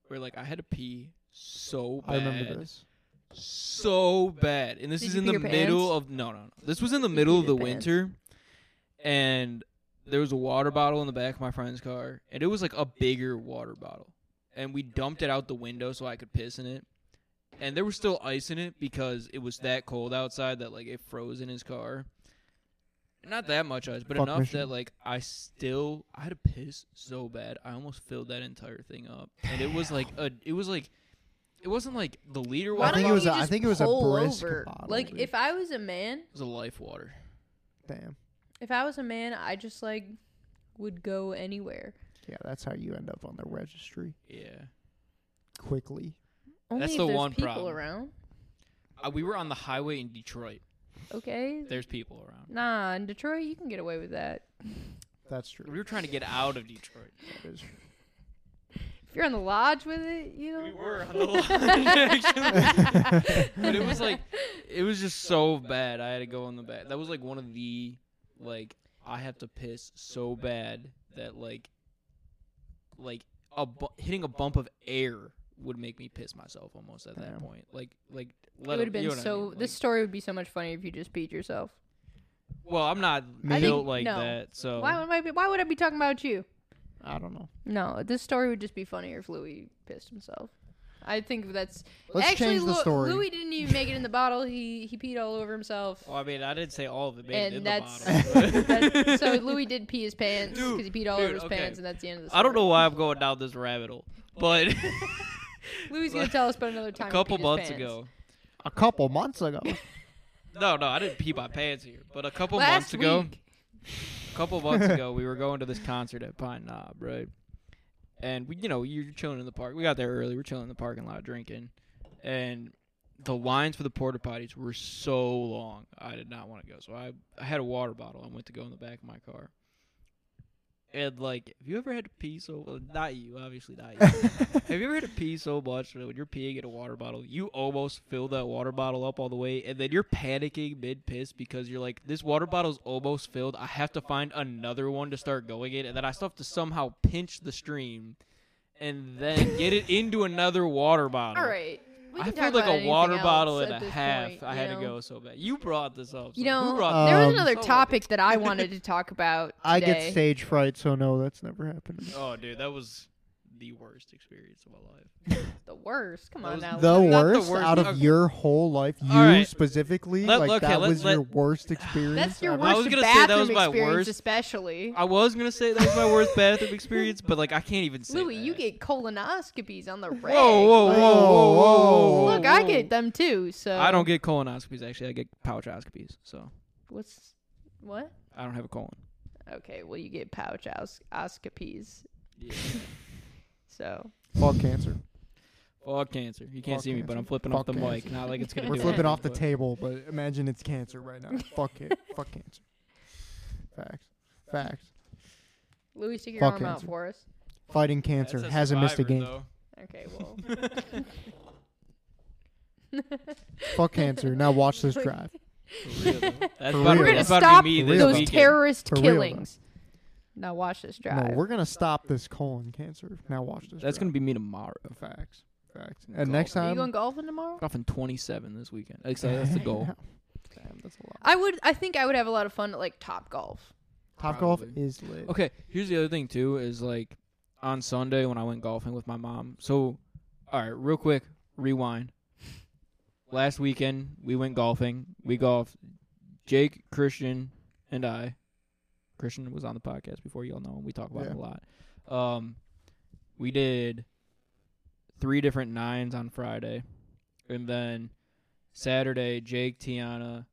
B: where like I had to pee so bad.
A: I remember this.
B: So bad. And this
C: Did
B: is
C: you
B: in
C: pee
B: the
C: your
B: middle of no, no, no. This was in the
C: You
B: middle
C: pee
B: of the
C: your pants.
B: winter and there was a water bottle in the back of my friend's car and it was like a bigger water bottle. And we dumped it out the window so I could piss in it. And there was still ice in it because it was that cold outside that like it froze in his car. Not that much ice, but
A: Fuck
B: enough
A: Michigan.
B: that like I still I had to piss so bad I almost filled that entire thing up, and it was like a it was like it wasn't like the liter
A: I
C: Why
B: water.
A: think
C: don't
A: it was
C: you
A: a- I
C: just
A: think it was a
C: pull
A: brisk
C: over?
A: bottle,
C: Like
A: dude.
C: if I was a man,
B: It was a life water.
A: Damn.
C: if I was a man, I just like would go anywhere.
A: Yeah, that's how you end up on the registry
B: Yeah,
A: quickly.
C: Only
B: That's
C: if
B: the
C: there's
B: one
C: people
B: problem.
C: around.
B: uh, we were on the highway in Detroit.
C: Okay.
B: There's people around.
C: Nah, in Detroit you can get away with that.
A: That's
B: We
A: true.
B: were trying to get out of Detroit.
A: That is true.
C: If you're in the lodge with it, you
B: [LAUGHS]
C: know.
B: We
C: [LAUGHS]
B: were on the line, [LAUGHS] actually. but it was like it was just so bad. I had to go in the back. That was like one of the like I have to piss so bad that like like a bu- hitting a bump of air would make me piss myself almost at that
A: Damn.
B: point. Like like
C: It would have been so.
B: this.
C: This story would be so much funnier if you just peed yourself.
B: Well, I'm not
A: I
B: built
C: think-
B: like
C: no.
B: that, so
C: Why would I be? Why would I be talking about you?
A: I don't know.
C: No, this story would just be funnier if Louis pissed himself. I think that's
A: Let's
C: actually
A: change the
C: Lou-
A: story.
C: Louis didn't even make it in the bottle. He he peed all over himself.
B: Well, I mean, I didn't say all of it.
C: and that's,
B: the bottle. [LAUGHS]
C: [LAUGHS] that's so Louis did pee his pants
B: Dude,
C: because he peed all
B: dude,
C: over his
B: okay.
C: pants, and that's the end of the story.
B: I don't know why I'm going down this rabbit hole, but [LAUGHS]
C: Louis gonna tell us about another
B: a
C: time. he
B: couple
C: peed his
B: months
C: pants.
B: ago.
A: A couple months
B: [LAUGHS]
A: ago.
B: No, no, I didn't pee my pants here, but a couple
C: Last
B: months ago,
C: week.
B: a [LAUGHS] couple months ago, we were going
C: [LAUGHS]
B: to this concert at Pine Knob, right? And we, you know, you're chilling in the park. We got there early. We're chilling in the parking lot drinking, and the lines for the porta potties were so long. I did not want to go, so I I had a water bottle. I went to go in the back of my car. And like, have you ever had to pee so? Well, not you, obviously not you. Have you ever had to pee so much that when you're peeing in a water bottle, you almost fill that water bottle up all the way, and then you're panicking mid piss because you're like, this water bottle's almost filled. I have to find another one to start going in, and then I still have to somehow pinch the stream and then get it into another water bottle.
C: All right. We
B: I
C: can
B: feel
C: talk
B: like
C: about
B: a
C: anything
B: water
C: else
B: bottle
C: at
B: and a
C: this
B: half.
C: point,
B: I
C: you
B: had
C: know?
B: to go Oh, so bad. You brought this up. So
C: You know,
B: who brought
A: Uh,
C: there was
A: Um,
C: another
B: so-
C: topic that I
B: [LAUGHS]
C: wanted to talk about. Today.
A: I get stage fright, so no, that's never happened. to me.
B: this? [LAUGHS] Oh, dude, that was the worst experience of my life.
C: the worst. Come
B: That
C: on
B: was
C: now.
A: The
B: not the
A: worst,
B: worst.
A: out of
B: Okay.
A: your whole life, you
B: All right.
A: specifically,
B: Let-
A: like
B: okay,
A: that
B: let-
A: was your
B: let- [SIGHS]
A: worst experience.
C: That's your
A: ever.
B: I
C: worst
B: was gonna say that
C: bathroom
B: was my
C: experience,
B: worst-
C: especially.
B: I was gonna say that was my worst bathroom experience, but like I can't even say.
C: Louis,
B: that.
C: you get colonoscopies on the reg.
B: Whoa, whoa, whoa, whoa, whoa, whoa!
C: Look, I
B: whoa.
C: get them too. So
B: I don't get colonoscopies. Actually, I get pouchoscopies, so
C: What's what?
B: I don't have a colon.
C: Okay, well you get pouch os- oscopies.
B: Yeah.
C: So
A: Fuck cancer.
B: [LAUGHS] Fuck cancer. You can't
A: Fuck
B: see me, but
A: cancer.
B: I'm flipping off the
A: Fuck
B: mic.
A: cancer.
B: Not like it's gonna.
A: We're
B: do
A: flipping off the
B: anything,
A: table, but imagine it's cancer right now. Fuck it. Fuck cancer. Facts. Facts.
C: Louis, stick your
A: Fuck
C: arm out
A: cancer.
C: for us.
A: Fighting
B: but-
A: cancer
B: That's
A: hasn't missed a game.
B: survivor,
C: Okay,
B: [LAUGHS]
C: well. [LAUGHS]
B: though.
A: Fuck cancer. Now watch this drive.
B: For real, though. That's
A: For
B: about,
A: real.
C: We're gonna
B: that's about
C: stop
B: be me
A: For
B: this
A: real.
C: Those
B: weekend.
C: terrorist
A: For real, though.
C: killings. now watch this drive.
A: No, we're gonna stop this colon cancer. Now watch this.
B: That's gonna
A: drive.
B: be me tomorrow.
A: facts. Facts.
B: Golf.
A: And next
C: Are you
A: time,
C: going golfing tomorrow?
B: Off in 27 this weekend. Actually, that's
A: [LAUGHS]
B: the [LAUGHS] goal.
A: Damn, that's a lot.
C: I would. I think I would have a lot of fun at like Top Golf.
A: Top golf
B: Probably.
A: is lit.
B: Okay, here's the other thing too is like on Sunday when I went golfing with my mom. So, all right, real quick, rewind. Last weekend we went golfing. We golfed Jake, Christian, and I. Christian was on the podcast before y'all know him. We talk about him a lot. Um, we did three different nines on Friday, and then Saturday Jake, Tiana,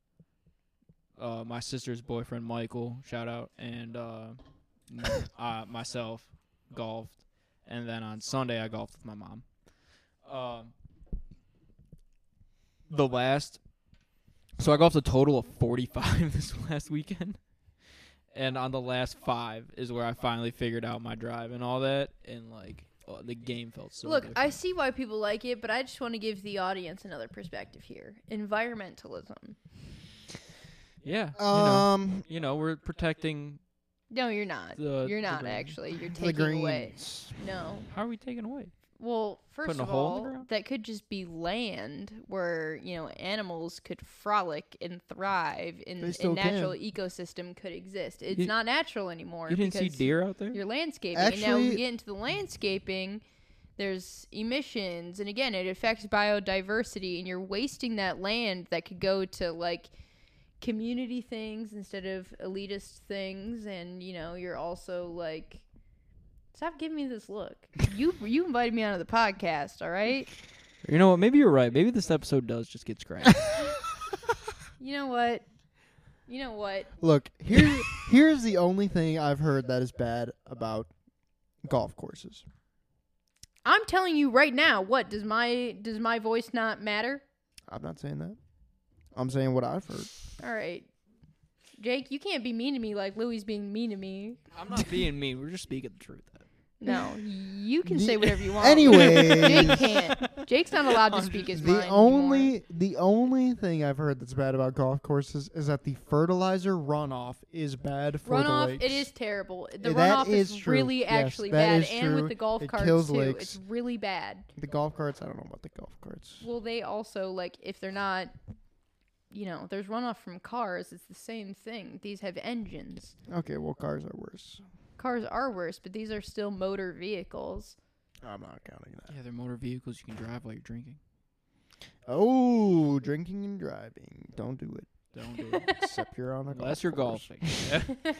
B: uh, my sister's boyfriend Michael, shout out, and uh, m- uh, myself golfed, and then on Sunday I golfed with my mom. Um, the last, so I golfed a total of forty-five [LAUGHS] this last weekend, and on the last five is where I finally figured out my drive and all that, and like, uh, the game felt so.
C: Look,
B: different.
C: I see why people like it, but I just want to give the audience another perspective here. Environmentalism.
B: yeah,
A: Um,
B: you, know, you know, we're protecting
C: No, you're not.
B: the.
C: you're
B: the
C: not
B: green.
C: actually. You're
A: the
C: taking away.
A: greens.
C: No.
B: How are we taking away?
C: Well, first
B: Putting a
C: of
B: hole in the
C: all,
B: ground?
C: that could just be land where you know animals could frolic and thrive, and
A: They
C: a
A: still
C: natural ecosystem could exist. It's
B: You-
C: not natural anymore.
B: You didn't see
C: because
B: deer out there.
C: Your landscaping, and now we
A: Actually-
C: get into the landscaping. There's emissions, and again, it affects biodiversity, and you're wasting that land that could go to like community things instead of elitist things, and you know, you're also like Stop giving me this look. You you invited me onto the podcast, all right?
B: You know what? Maybe you're right. Maybe this episode does just get scratched.
C: You know what? You know what?
A: Look, here, here's the only thing I've heard that is bad about golf courses.
C: I'm telling you right now, what does my does my voice not matter?
A: I'm not saying that. I'm saying what I've heard.
C: All right. Jake, you can't be mean to me like Louie's being mean to me.
B: I'm not being mean. We're just speaking the truth.
C: No, you can
A: Ye-
C: say whatever you want.
A: Anyways,
C: Jake can't. Jake's not allowed [LAUGHS] to speak his mind.
A: the
C: anymore.
A: only the only thing I've heard that's bad about golf courses is that the fertilizer runoff is bad for the
C: runoff,
A: lakes.
C: it is terrible. The
A: Yeah, that
C: runoff is,
A: is true.
C: really
A: Yes,
C: actually
A: that
C: bad,
A: is
C: and
A: true.
C: with the golf
A: It
C: carts
A: kills
C: too,
A: lakes.
C: it's really bad.
A: the golf carts. I don't know about the golf carts.
C: Well, they also like if they're not, you know, there's runoff from cars. It's the same thing. These have engines.
A: Okay, well, cars are worse.
C: Cars are worse, but these are still motor vehicles.
A: I'm not counting that.
B: Yeah, they're motor vehicles you can drive while you're drinking.
A: Oh, drinking and driving. Don't do
C: [LAUGHS]
A: it.
B: Don't do it.
A: Except you're on a golf
B: Unless you're
A: course.
B: [LAUGHS] golfing.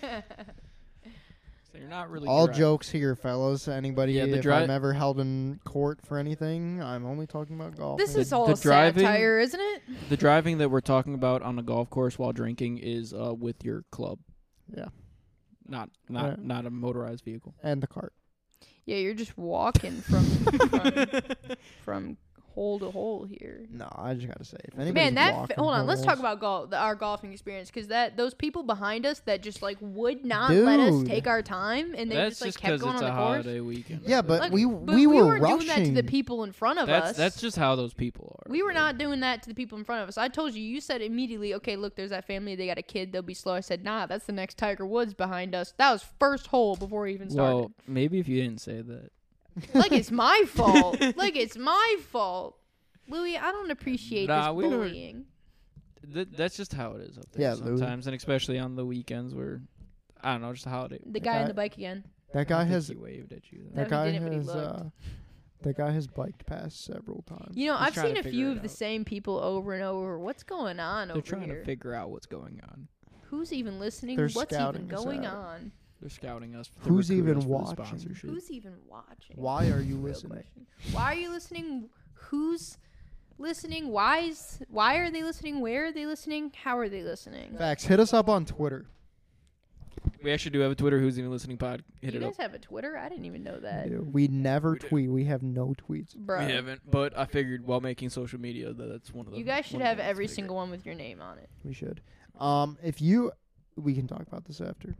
B: so you're not really
A: All
B: driving.
A: jokes here, fellas. Anybody,
B: Yeah, the
A: if
B: dri-
A: I'm ever held in court for anything, I'm only talking about golf.
C: This is all
B: the driving-
C: satire, isn't it?
B: The driving that we're talking about on a golf course while drinking is uh, with your club.
A: Yeah.
B: Not not
A: Yeah.
B: not a motorized vehicle.
A: and the cart.
C: Yeah, you're just walking from
B: [LAUGHS]
C: from, from hole to hole here.
A: No, I just gotta say, if
B: Man,
A: anybody's
C: Man, that
A: walking
C: fa- hold on. Let's talk
A: holes-
C: about golf, the, our golfing experience, because that those people behind us that just like would not let us
A: Dude.
C: take our time, and they
B: that's
C: just like
B: just
C: kept going
B: it's
C: on
B: a
C: the course.
B: holiday weekend.
A: Yeah, but
C: Like,
A: we
C: But
A: we, were
C: weren't
A: rushing.
C: doing that to the people in front of
B: that's
C: us.
B: that's just how those people are.
C: we were not doing that to the people in front of us. I told you. You said immediately, "Okay, look, there's that family. They got a kid. They'll be slow." I said, "Nah, that's the next Tiger Woods behind us. That was first hole before we even started.
B: Well, maybe if you didn't say that.
C: like it's my fault. Like it's my fault." Louis, I don't appreciate
B: Nah,
C: this
B: we were-
C: bullying.
B: Th- that's just how it is up there
A: Yeah, Lou.
B: sometimes, and especially on the weekends where I don't know, just a holiday.
C: The guy on
A: guy-
C: the bike again.
A: that
B: I
A: guy
B: think
A: has
B: he waved at you. though.
C: No,
A: that
C: he
A: guy
C: didn't, but he
A: has
C: looked.
A: uh, that guy has biked past several times.
C: You know,
B: He's
C: I've
B: trying
C: seen
B: to
C: a
B: figure
C: few
B: it
C: of the
B: out.
C: same people over and over. What's going on
B: They're
C: over
B: trying
C: here?
B: to figure out what's going on.
C: Who's even listening?
A: They're
C: What's even
A: scouting us
C: going
A: out.
C: on?
B: They're scouting us. For
A: Who's
B: the recruiters
A: even
B: for the
A: watching?
B: sponsorship.
C: Who's even watching?
A: Why are you
C: Real
A: listening?
C: question. Why are you listening? Who's listening? Why's why are they listening? Where are they listening? How are they listening?
A: Facts. Hit us up on Twitter.
B: We actually do have a Twitter. Who's even listening? Pod. Hit
C: you
B: it up.
C: guys have a Twitter? I didn't even know that.
A: Dude, We never
B: We do.
A: tweet. We have no tweets.
C: Bro,
B: We haven't, but I figured while making social media that that's one of the.
C: you guys should
B: one of the
C: have
B: ones to
C: every
B: figure.
C: single one with your name on it.
A: We should. Um, if you, we can talk about this after.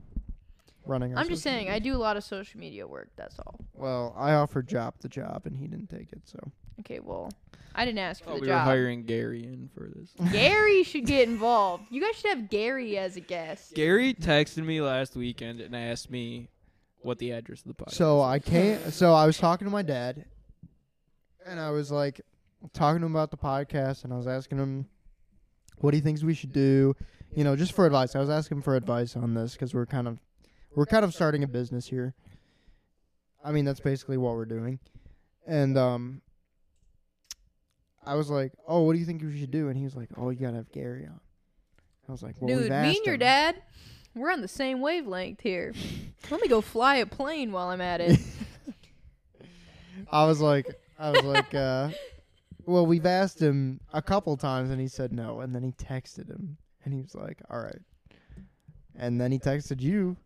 A: Running. our
C: I'm just
A: social
C: saying, I
A: medias.
C: do a lot of social media work. That's all.
A: Well, I offered Job the job, and he didn't take it. So
C: Okay, well, I didn't ask for
B: Oh, we
C: the
B: were
C: job.
B: hiring Gary in for this.
C: [LAUGHS] Gary should get involved. You guys should have Gary as a guest.
B: Gary texted me last weekend and asked me what the address of the podcast.
A: So I can't. So I was talking to my dad, and I was like talking to him about the podcast, and I was asking him what he thinks we should do. You know, just for advice. I was asking for advice on this because we're kind of we're kind of starting a business here. I mean, that's basically what we're doing, and um. I was like, "Oh, what do you think we should do?" And he was like, "Oh, you gotta have Gary on." I was like, "Well,
C: Dude,
A: we've
C: me
A: asked
C: and your
A: him."
C: dad, we're on the same
A: [LAUGHS]
C: wavelength here. Let me go fly a plane while I'm at it.
A: I was like, I was like, uh, well, we've asked him a couple times and he said no. And then he texted him and he was like, all right. And then he texted you.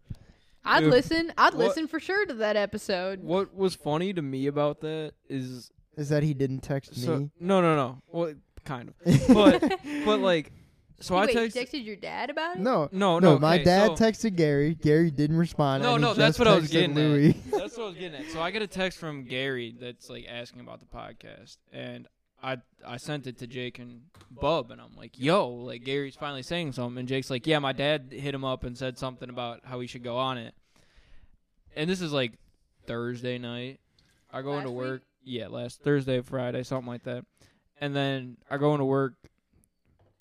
C: I'd
B: Dude,
C: listen. I'd
B: what-
C: listen for sure to that episode. [LAUGHS]
B: What was funny to me about that is
A: Is that he didn't text
B: so
A: me? [LAUGHS]
B: no no no well kind of but but like So
C: You-
B: I
C: wait,
B: text.
C: you texted your dad about it?
A: No,
B: no,
A: no.
B: Oh, no.
A: my
B: okay,
A: dad
B: so-
A: texted Gary. Gary didn't respond.
B: No,
A: and he
B: no, that's
A: just
B: what I was
A: texted
B: getting at.
A: Louis. [LAUGHS]
B: That's what I was getting at. So I get a text from Gary that's like asking about the podcast, and I I sent it to Jake and Bub, and I'm like, "Yo, like Gary's finally saying something." And Jake's like, "Yeah, my dad hit him up and said something about how he should go on it." And this is like Thursday night. I go
C: Last
B: into
C: week?
B: work. Yeah, last Thursday, Friday, something like that. And then I go into work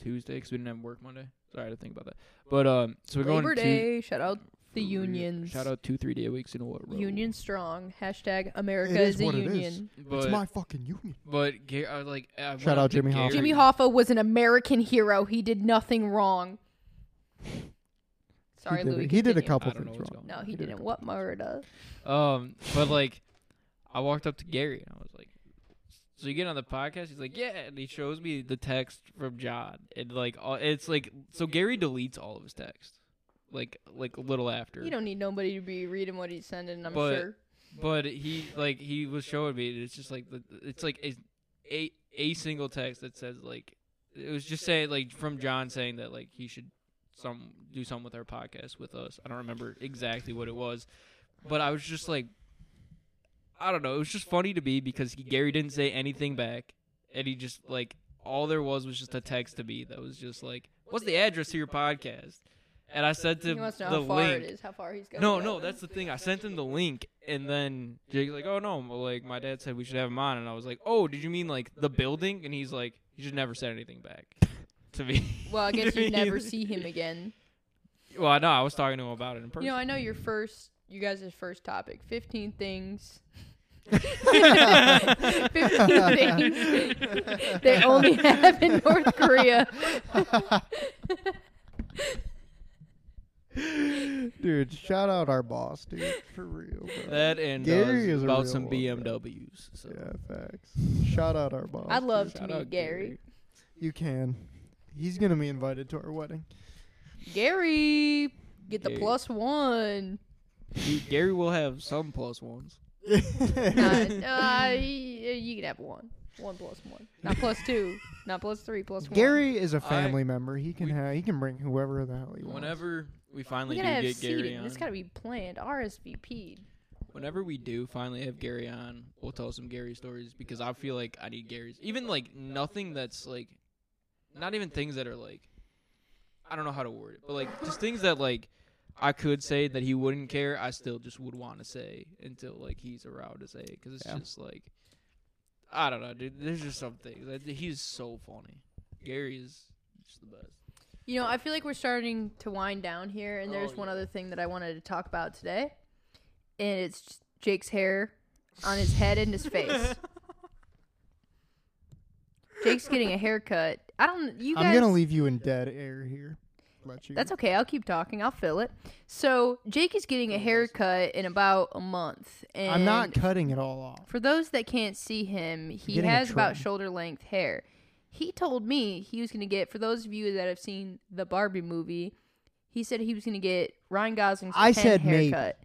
B: Tuesday because we didn't have work Monday. Sorry, I had to think about that. But um, so we're going
C: Labor
B: to
C: Day. Shout out the unions.
B: Shout out two three day weeks in a row.
C: Union strong. Hashtag America
A: It is
C: is, a
A: what it is.
C: union.
B: But,
A: it's my fucking union.
B: but Ga- I was like, I went
A: Shout
B: up
A: out
B: to
A: Jimmy
B: Gary.
A: Hoffa.
C: Jimmy Hoffa was an American hero. He did nothing wrong.
A: [LAUGHS]
C: Sorry,
A: he did,
C: Louis.
A: he did a
C: continue.
A: couple
B: I don't know
A: things
B: what's
A: wrong.
B: going
C: No,
B: on.
C: he,
A: He did a
C: didn't. What murder?
B: Um, but like, I walked up to Gary and I was like, "So you get on the podcast?" He's like, "Yeah," and he shows me the text from John, and like, all, it's like, so Gary deletes all of his text, like, like a little after.
C: You don't need nobody to be reading what he's sending. I'm
B: But-
C: sure.
B: But he like he was showing me, and it's just like the, it's like a, a a single text that says like it was just saying like from John saying that like he should some do something with our podcast with us. I don't remember exactly what it was, but I was just like, I don't know. It was just funny to me because he, Gary didn't say anything back, and he just like all there was was just a text to me that was just like, "What's the address to your podcast?" And I said to
C: He
B: him
C: wants to know
B: the
C: how far
B: link.
C: it is, how far he's going.
B: No, no, that's the thing. I sent him the link, and then Jake's like, "Oh no!" well, Like my dad said, we should have him on, and I was like, "Oh, did you mean like the building?" And he's like, "He should never said anything back [LAUGHS] to me." [LAUGHS]
C: Well, I guess you
B: mean?
C: never see him again.
B: well, I know. I was talking to him about it in person.
C: You know, I
B: [LAUGHS]
C: know your first, you guys' first topic
B: [LAUGHS]
C: 15 things. 15
B: [LAUGHS]
C: things they only have in North
B: [LAUGHS]
C: Korea.
A: [LAUGHS] dude, shout out our boss, dude, for real. Bro.
B: that and uh,
A: Gary is a
B: about
A: real
B: some
A: one, bro.
B: BMWs. So.
A: yeah, facts. Shout out our boss.
C: I'd love
A: dude.
C: to
B: Shout
C: meet
B: out
C: Gary.
A: You can. He's gonna be invited to our wedding.
C: Gary, get the
B: Gary. [LAUGHS]
C: plus one.
B: Dude, Gary will have some plus ones.
C: Nah, [LAUGHS] uh, you, you can have one. One plus one. Not plus two. Not plus three, plus one.
A: Gary is a
B: I-
A: family member. He can
B: we-
A: ha- he can bring whoever the hell he wants.
B: Whenever we
C: we
B: finally do
C: gotta have
B: get Gary
C: seating.
B: on,
C: It's gotta be planned. RSVP'd.
B: Whenever we do finally have Gary on, we'll tell some Gary stories because I feel like I need Gary's. Even like nothing that's like, not even things that are like, I don't know how to word it, but like just things that like I could say that he wouldn't care. I still just would want to say until like he's around to say it because it's
A: Yeah.
B: just like, I don't know, dude. There's just some things. Like, he's so funny. Gary is just the best.
C: You know, I feel like we're starting to wind down here, and there's
B: Oh,
C: one
B: yeah.
C: other thing that I wanted to talk about today, and it's Jake's hair on his head
B: [LAUGHS]
C: and his face. Jake's getting a haircut. I don't. You guys.
A: I'm gonna leave you in dead air here. Let you.
C: That's okay. I'll keep talking. I'll fill it. So Jake is getting a haircut in about a month, and
A: I'm not cutting it all off.
C: For those that can't see him, he
A: Getting a
C: has about
A: trim.
C: shoulder length hair. He told me he was going to get, for those of you that have seen the Barbie movie, he said he was going to get Ryan Gosling's
A: I
C: Ken
A: said maybe.
C: haircut.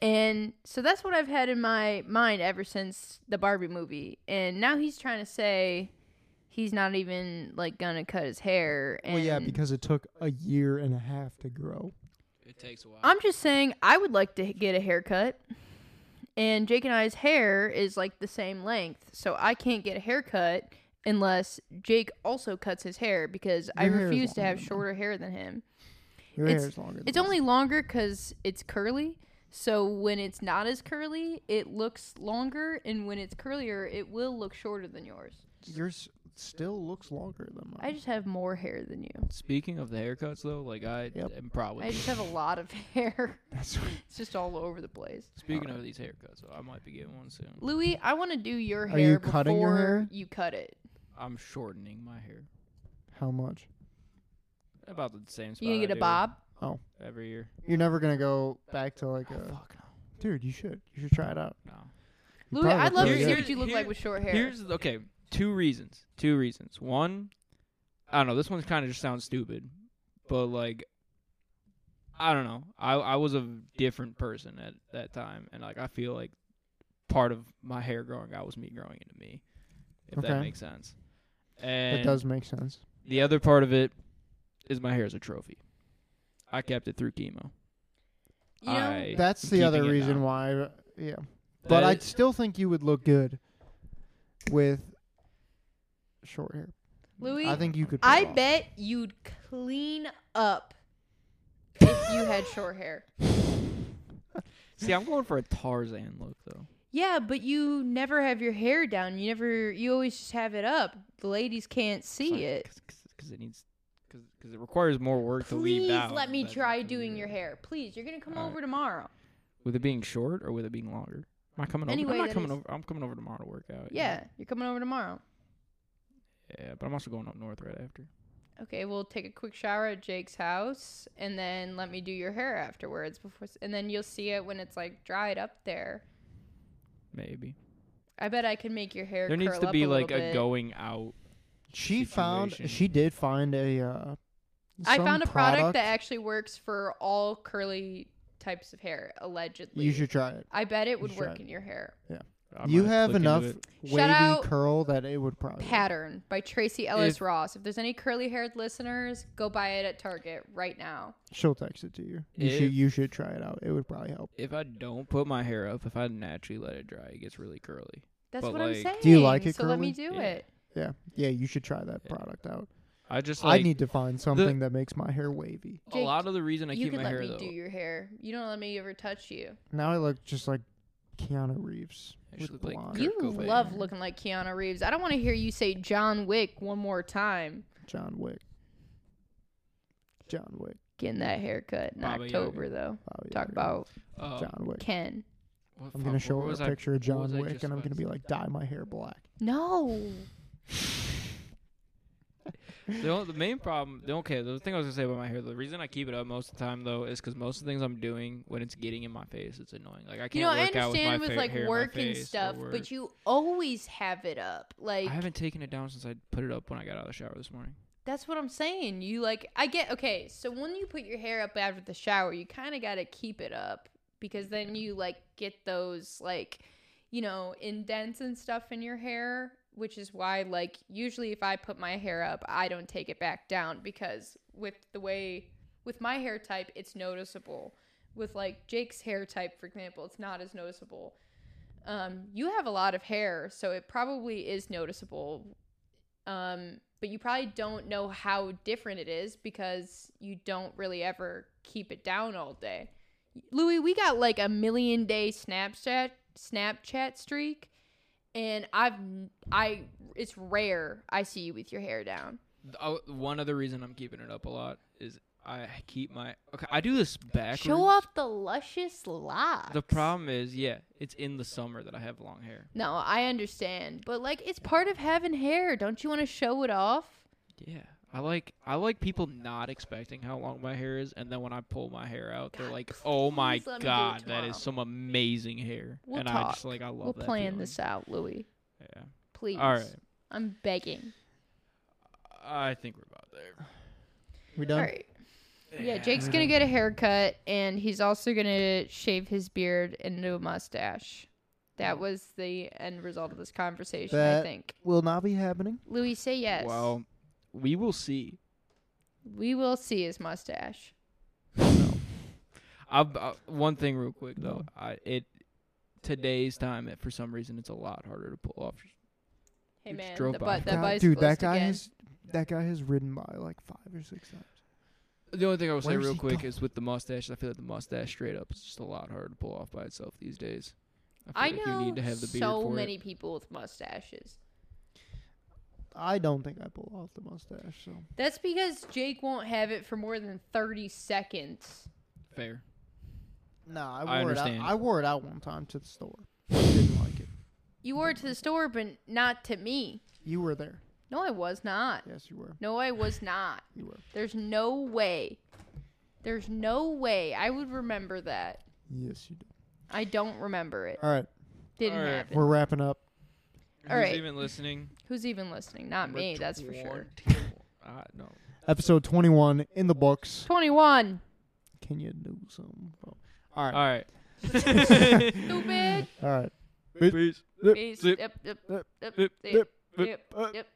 C: And so that's what I've had in my mind ever since the Barbie movie. And now he's trying to say he's not even like going to cut his hair. And
A: Well, yeah, because it took a year and a half to grow.
B: It takes a while.
C: I'm just saying I would like to h- get a haircut. And Jake and I's hair is like the same length, so I can't get a haircut unless Jake also cuts his hair because I
A: Your hair is
C: refuse to
A: longer
C: have
A: than mine.
C: shorter hair than him.
A: Your
C: It's-
A: hair is longer. Than
C: It's
A: mine.
C: only longer cuz it's curly. So when it's not as curly, it looks longer and when it's curlier, it will look shorter than yours.
A: yours still looks longer than mine.
C: I just have more hair than you.
B: Speaking of the haircuts though, like I
A: Yep.
B: am probably
C: I just have a lot of [LAUGHS] hair.
A: That's [LAUGHS] what-
C: It's just all over the place.
B: speaking of these haircuts, I might be getting one soon.
C: Louis, I want to do your
A: Are
C: hair
A: you cutting your
C: before
A: hair?
C: you cut it.
B: I'm shortening my hair.
A: how much.
B: About the same spot.
C: You gonna
B: I
C: get a
B: do
C: bob?
B: every year.
A: You're never gonna go back to like
B: Oh,
A: a
B: fuck
A: dude. You should. You should try it out.
B: no. no.
A: You
C: Louis,
A: probably
C: I'd
A: look
C: love to
A: really
C: see
A: good.
B: Here-
C: what you look
B: here-
C: like with short hair.
B: Here's okay. Two reasons. Two reasons. One, I don't know. This one kind of just sounds stupid, but like, I don't know. I I was a different person at that time, and like I feel like part of my hair growing out was me growing into me, if that
A: Okay.
B: makes sense. And
A: That does make sense.
B: the other part of it is my hair as a trophy. I kept it through chemo.
C: You know,
B: I- Yeah,
A: That's
B: I'm
A: the other
B: keeping it
A: reason
B: now.
A: why. Yeah, but I
B: That-
A: still think you would look good with short hair.
C: Louis,
A: I think you could. pull
C: I
A: it off.
C: bet you'd clean up if you had short hair.
B: See, I'm going for a Tarzan look though.
C: Yeah, but you never have your hair down. You never. You always just have it up. The ladies can't see it.
B: because it needs because it requires more work to leave
C: Please
B: down.
C: let me
B: That's-
C: try doing your hair. Please, you're gonna come
B: Alright.
C: over tomorrow.
B: With it being short or with it being longer? Am I coming over?
C: Anyway,
B: I'm not
C: that
B: coming
C: is-
B: over. I'm coming over tomorrow to work out. you
C: Yeah, you're coming over tomorrow.
B: know? Yeah, but I'm also going up north right after.
C: Okay, we'll take a quick shower at Jake's house, and then let me do your hair afterwards. Before, and then you'll see it when it's like dried up there.
B: Maybe
C: I bet I can make your hair.
B: there needs
C: curl
B: to
C: up
B: be
C: a
B: like
C: little
B: a
C: bit.
B: going out.
A: She found.
B: situation.
A: She did find a. Uh,
C: I
A: some
C: found a product, that actually works for all curly types of hair, allegedly.
A: you should try it.
C: I bet it would
A: should try
C: work
A: it.
C: in your hair.
B: I
A: you
B: might
A: have
B: look into
A: enough
B: it.
A: wavy
C: out
A: curl that it would probably.
C: Pattern by Tracy Ellis
B: If-
C: Ross. If there's any curly haired listeners, go buy it at Target right now.
A: She'll text it to you. You should.
B: If-
A: You should try it out. It would probably help.
B: If I don't put my hair up, if I naturally let it dry, it gets really curly.
C: That's
B: But,
C: what I'm
B: like-
C: saying.
A: Do you like it
C: So let me do
B: Yeah.
C: it.
A: Yeah. Yeah. You should try that product out.
B: I just
A: I
B: like
A: need to find something that makes my hair wavy.
B: a
C: Jake,
B: lot of the reason I
C: you
B: keep
C: can
B: my
C: let
B: hair
C: me
B: though.
C: do your hair. You don't let me ever touch you.
A: Now I look just like Keanu Reeves
B: I should
A: with
B: look like
A: blonde.
B: Kurt
C: You
B: Cobain.
C: love looking like Keanu Reeves. I don't want to hear you say John Wick one more time.
A: John Wick. John Wick.
C: Getting that haircut in
B: Baba Yaga.
C: October, though.
A: Oh, yeah,
C: Talk about
B: Uh,
A: John Wick.
C: Ken.
B: what
A: I'm
B: fuck-
A: gonna show
B: what
A: her a
B: was I-
A: picture of
B: what was
A: John
B: I
A: Wick,
B: just
A: and I'm gonna
B: about
A: be like, dye my hair black.
C: No.
B: the, only, the main problem, the, okay, the thing I was gonna say about my hair, the reason I keep it up most of the time though is because most of the things I'm doing when it's getting in my face, it's annoying. Like I can't
C: You know, I
B: work out with my
C: understand with,
B: fa-
C: like
B: hair in my
C: work and
B: face or
C: stuff,
B: work.
C: but you always have it up. Like
B: I haven't taken it down since I put it up when I got out of the shower this morning.
C: that's what I'm saying. You like I get okay, so when you put your hair up after the shower, you kind of got to keep it up because then you like get those like you know, indents and stuff in your hair, which is why like usually if I put my hair up, I don't take it back down because with the way with my hair type, it's noticeable. With like Jake's hair type, for example, it's not as noticeable. Um, you have a lot of hair, so it probably is noticeable. Um, but you probably don't know how different it is because you don't really ever keep it down all day. Louis, we got like a million day Snapchat Snapchat streak, and I've n- I it's rare I see you with your hair down.
B: Th- oh, one other reason I'm keeping it up a lot is I keep my okay. I do this backwards.
C: Show off the luscious locks.
B: The problem is, yeah, it's in the summer that I have long hair.
C: No, I understand, but like it's part of having hair. Don't you want to show it off?
B: Yeah, I like I like people not expecting how long my hair is, and then when I pull my hair out, they're
C: God,
B: like, "Oh my
C: please let me do it
B: god, that
C: tomorrow."
B: is some amazing hair."
C: We'll
B: and I just
C: talk.
B: like I love
C: We'll
B: that.
C: plan
B: feeling.
C: this out, Louis.
B: Yeah.
C: Please.
B: All right,
C: I'm begging.
B: I think we're about there.
A: We done?
C: All right. Yeah,
B: [LAUGHS]
C: Jake's gonna get a haircut, and he's also gonna shave his beard into a mustache. That was the end result of this conversation, I
A: That-
C: think.
A: Will not be happening.
C: Louis, say yes.
B: Well, we will see.
C: we will see his mustache.
B: I, I, uh, one thing, real quick though,
C: Mm-hmm.
B: I, it today's time. It, for some reason, it's a lot harder to pull off.
C: Hey
B: You just
C: man,
B: drove
C: the
B: by.
C: butt, that
A: God,
C: bike's
A: dude, that
C: closed
A: guy
C: again.
A: has that guy has ridden by like five or six times.
B: The only thing I will say
A: Where's
B: real
A: he
B: quick
A: going?
B: is with the mustache. I feel like the mustache straight up is just a lot harder to pull off by itself these days.
C: I
B: feel
C: know
B: like you need to have the beard
C: so
B: for it.
C: many people with mustaches.
A: I don't think I pull off the mustache. So
C: That's because Jake won't have it for more than thirty seconds.
B: Fair.
A: no, I wore
B: I
A: it
B: understand.
A: out. I wore it out one time to the store. Didn't like it.
C: You wore it to the store, but not to me.
A: You were there.
C: No, I was not.
A: Yes, you were.
C: No, I was not.
A: You were.
C: There's no way. There's no way I would remember that.
A: Yes, you did.
C: I don't remember it.
A: All right,
C: Didn't
B: All right.
C: happen.
A: we're wrapping up.
C: All right.
B: Who's even listening?
C: Who's even listening? Not
B: Number
C: me, that's for sure.
B: [LAUGHS] 20. Uh, no.
A: Episode twenty-one in the books.
C: 21.
A: Can you do something?
B: Uh,
A: All
B: All
A: right.
B: right.
C: Stupid.
B: [LAUGHS]
A: All right.
B: Peace.
A: Yep,
C: Beast.
B: zip,
C: Yep, yep,
A: yep,
C: yep,
B: zip,
C: yep,
A: yep,
C: yep,
A: uh,
C: yep.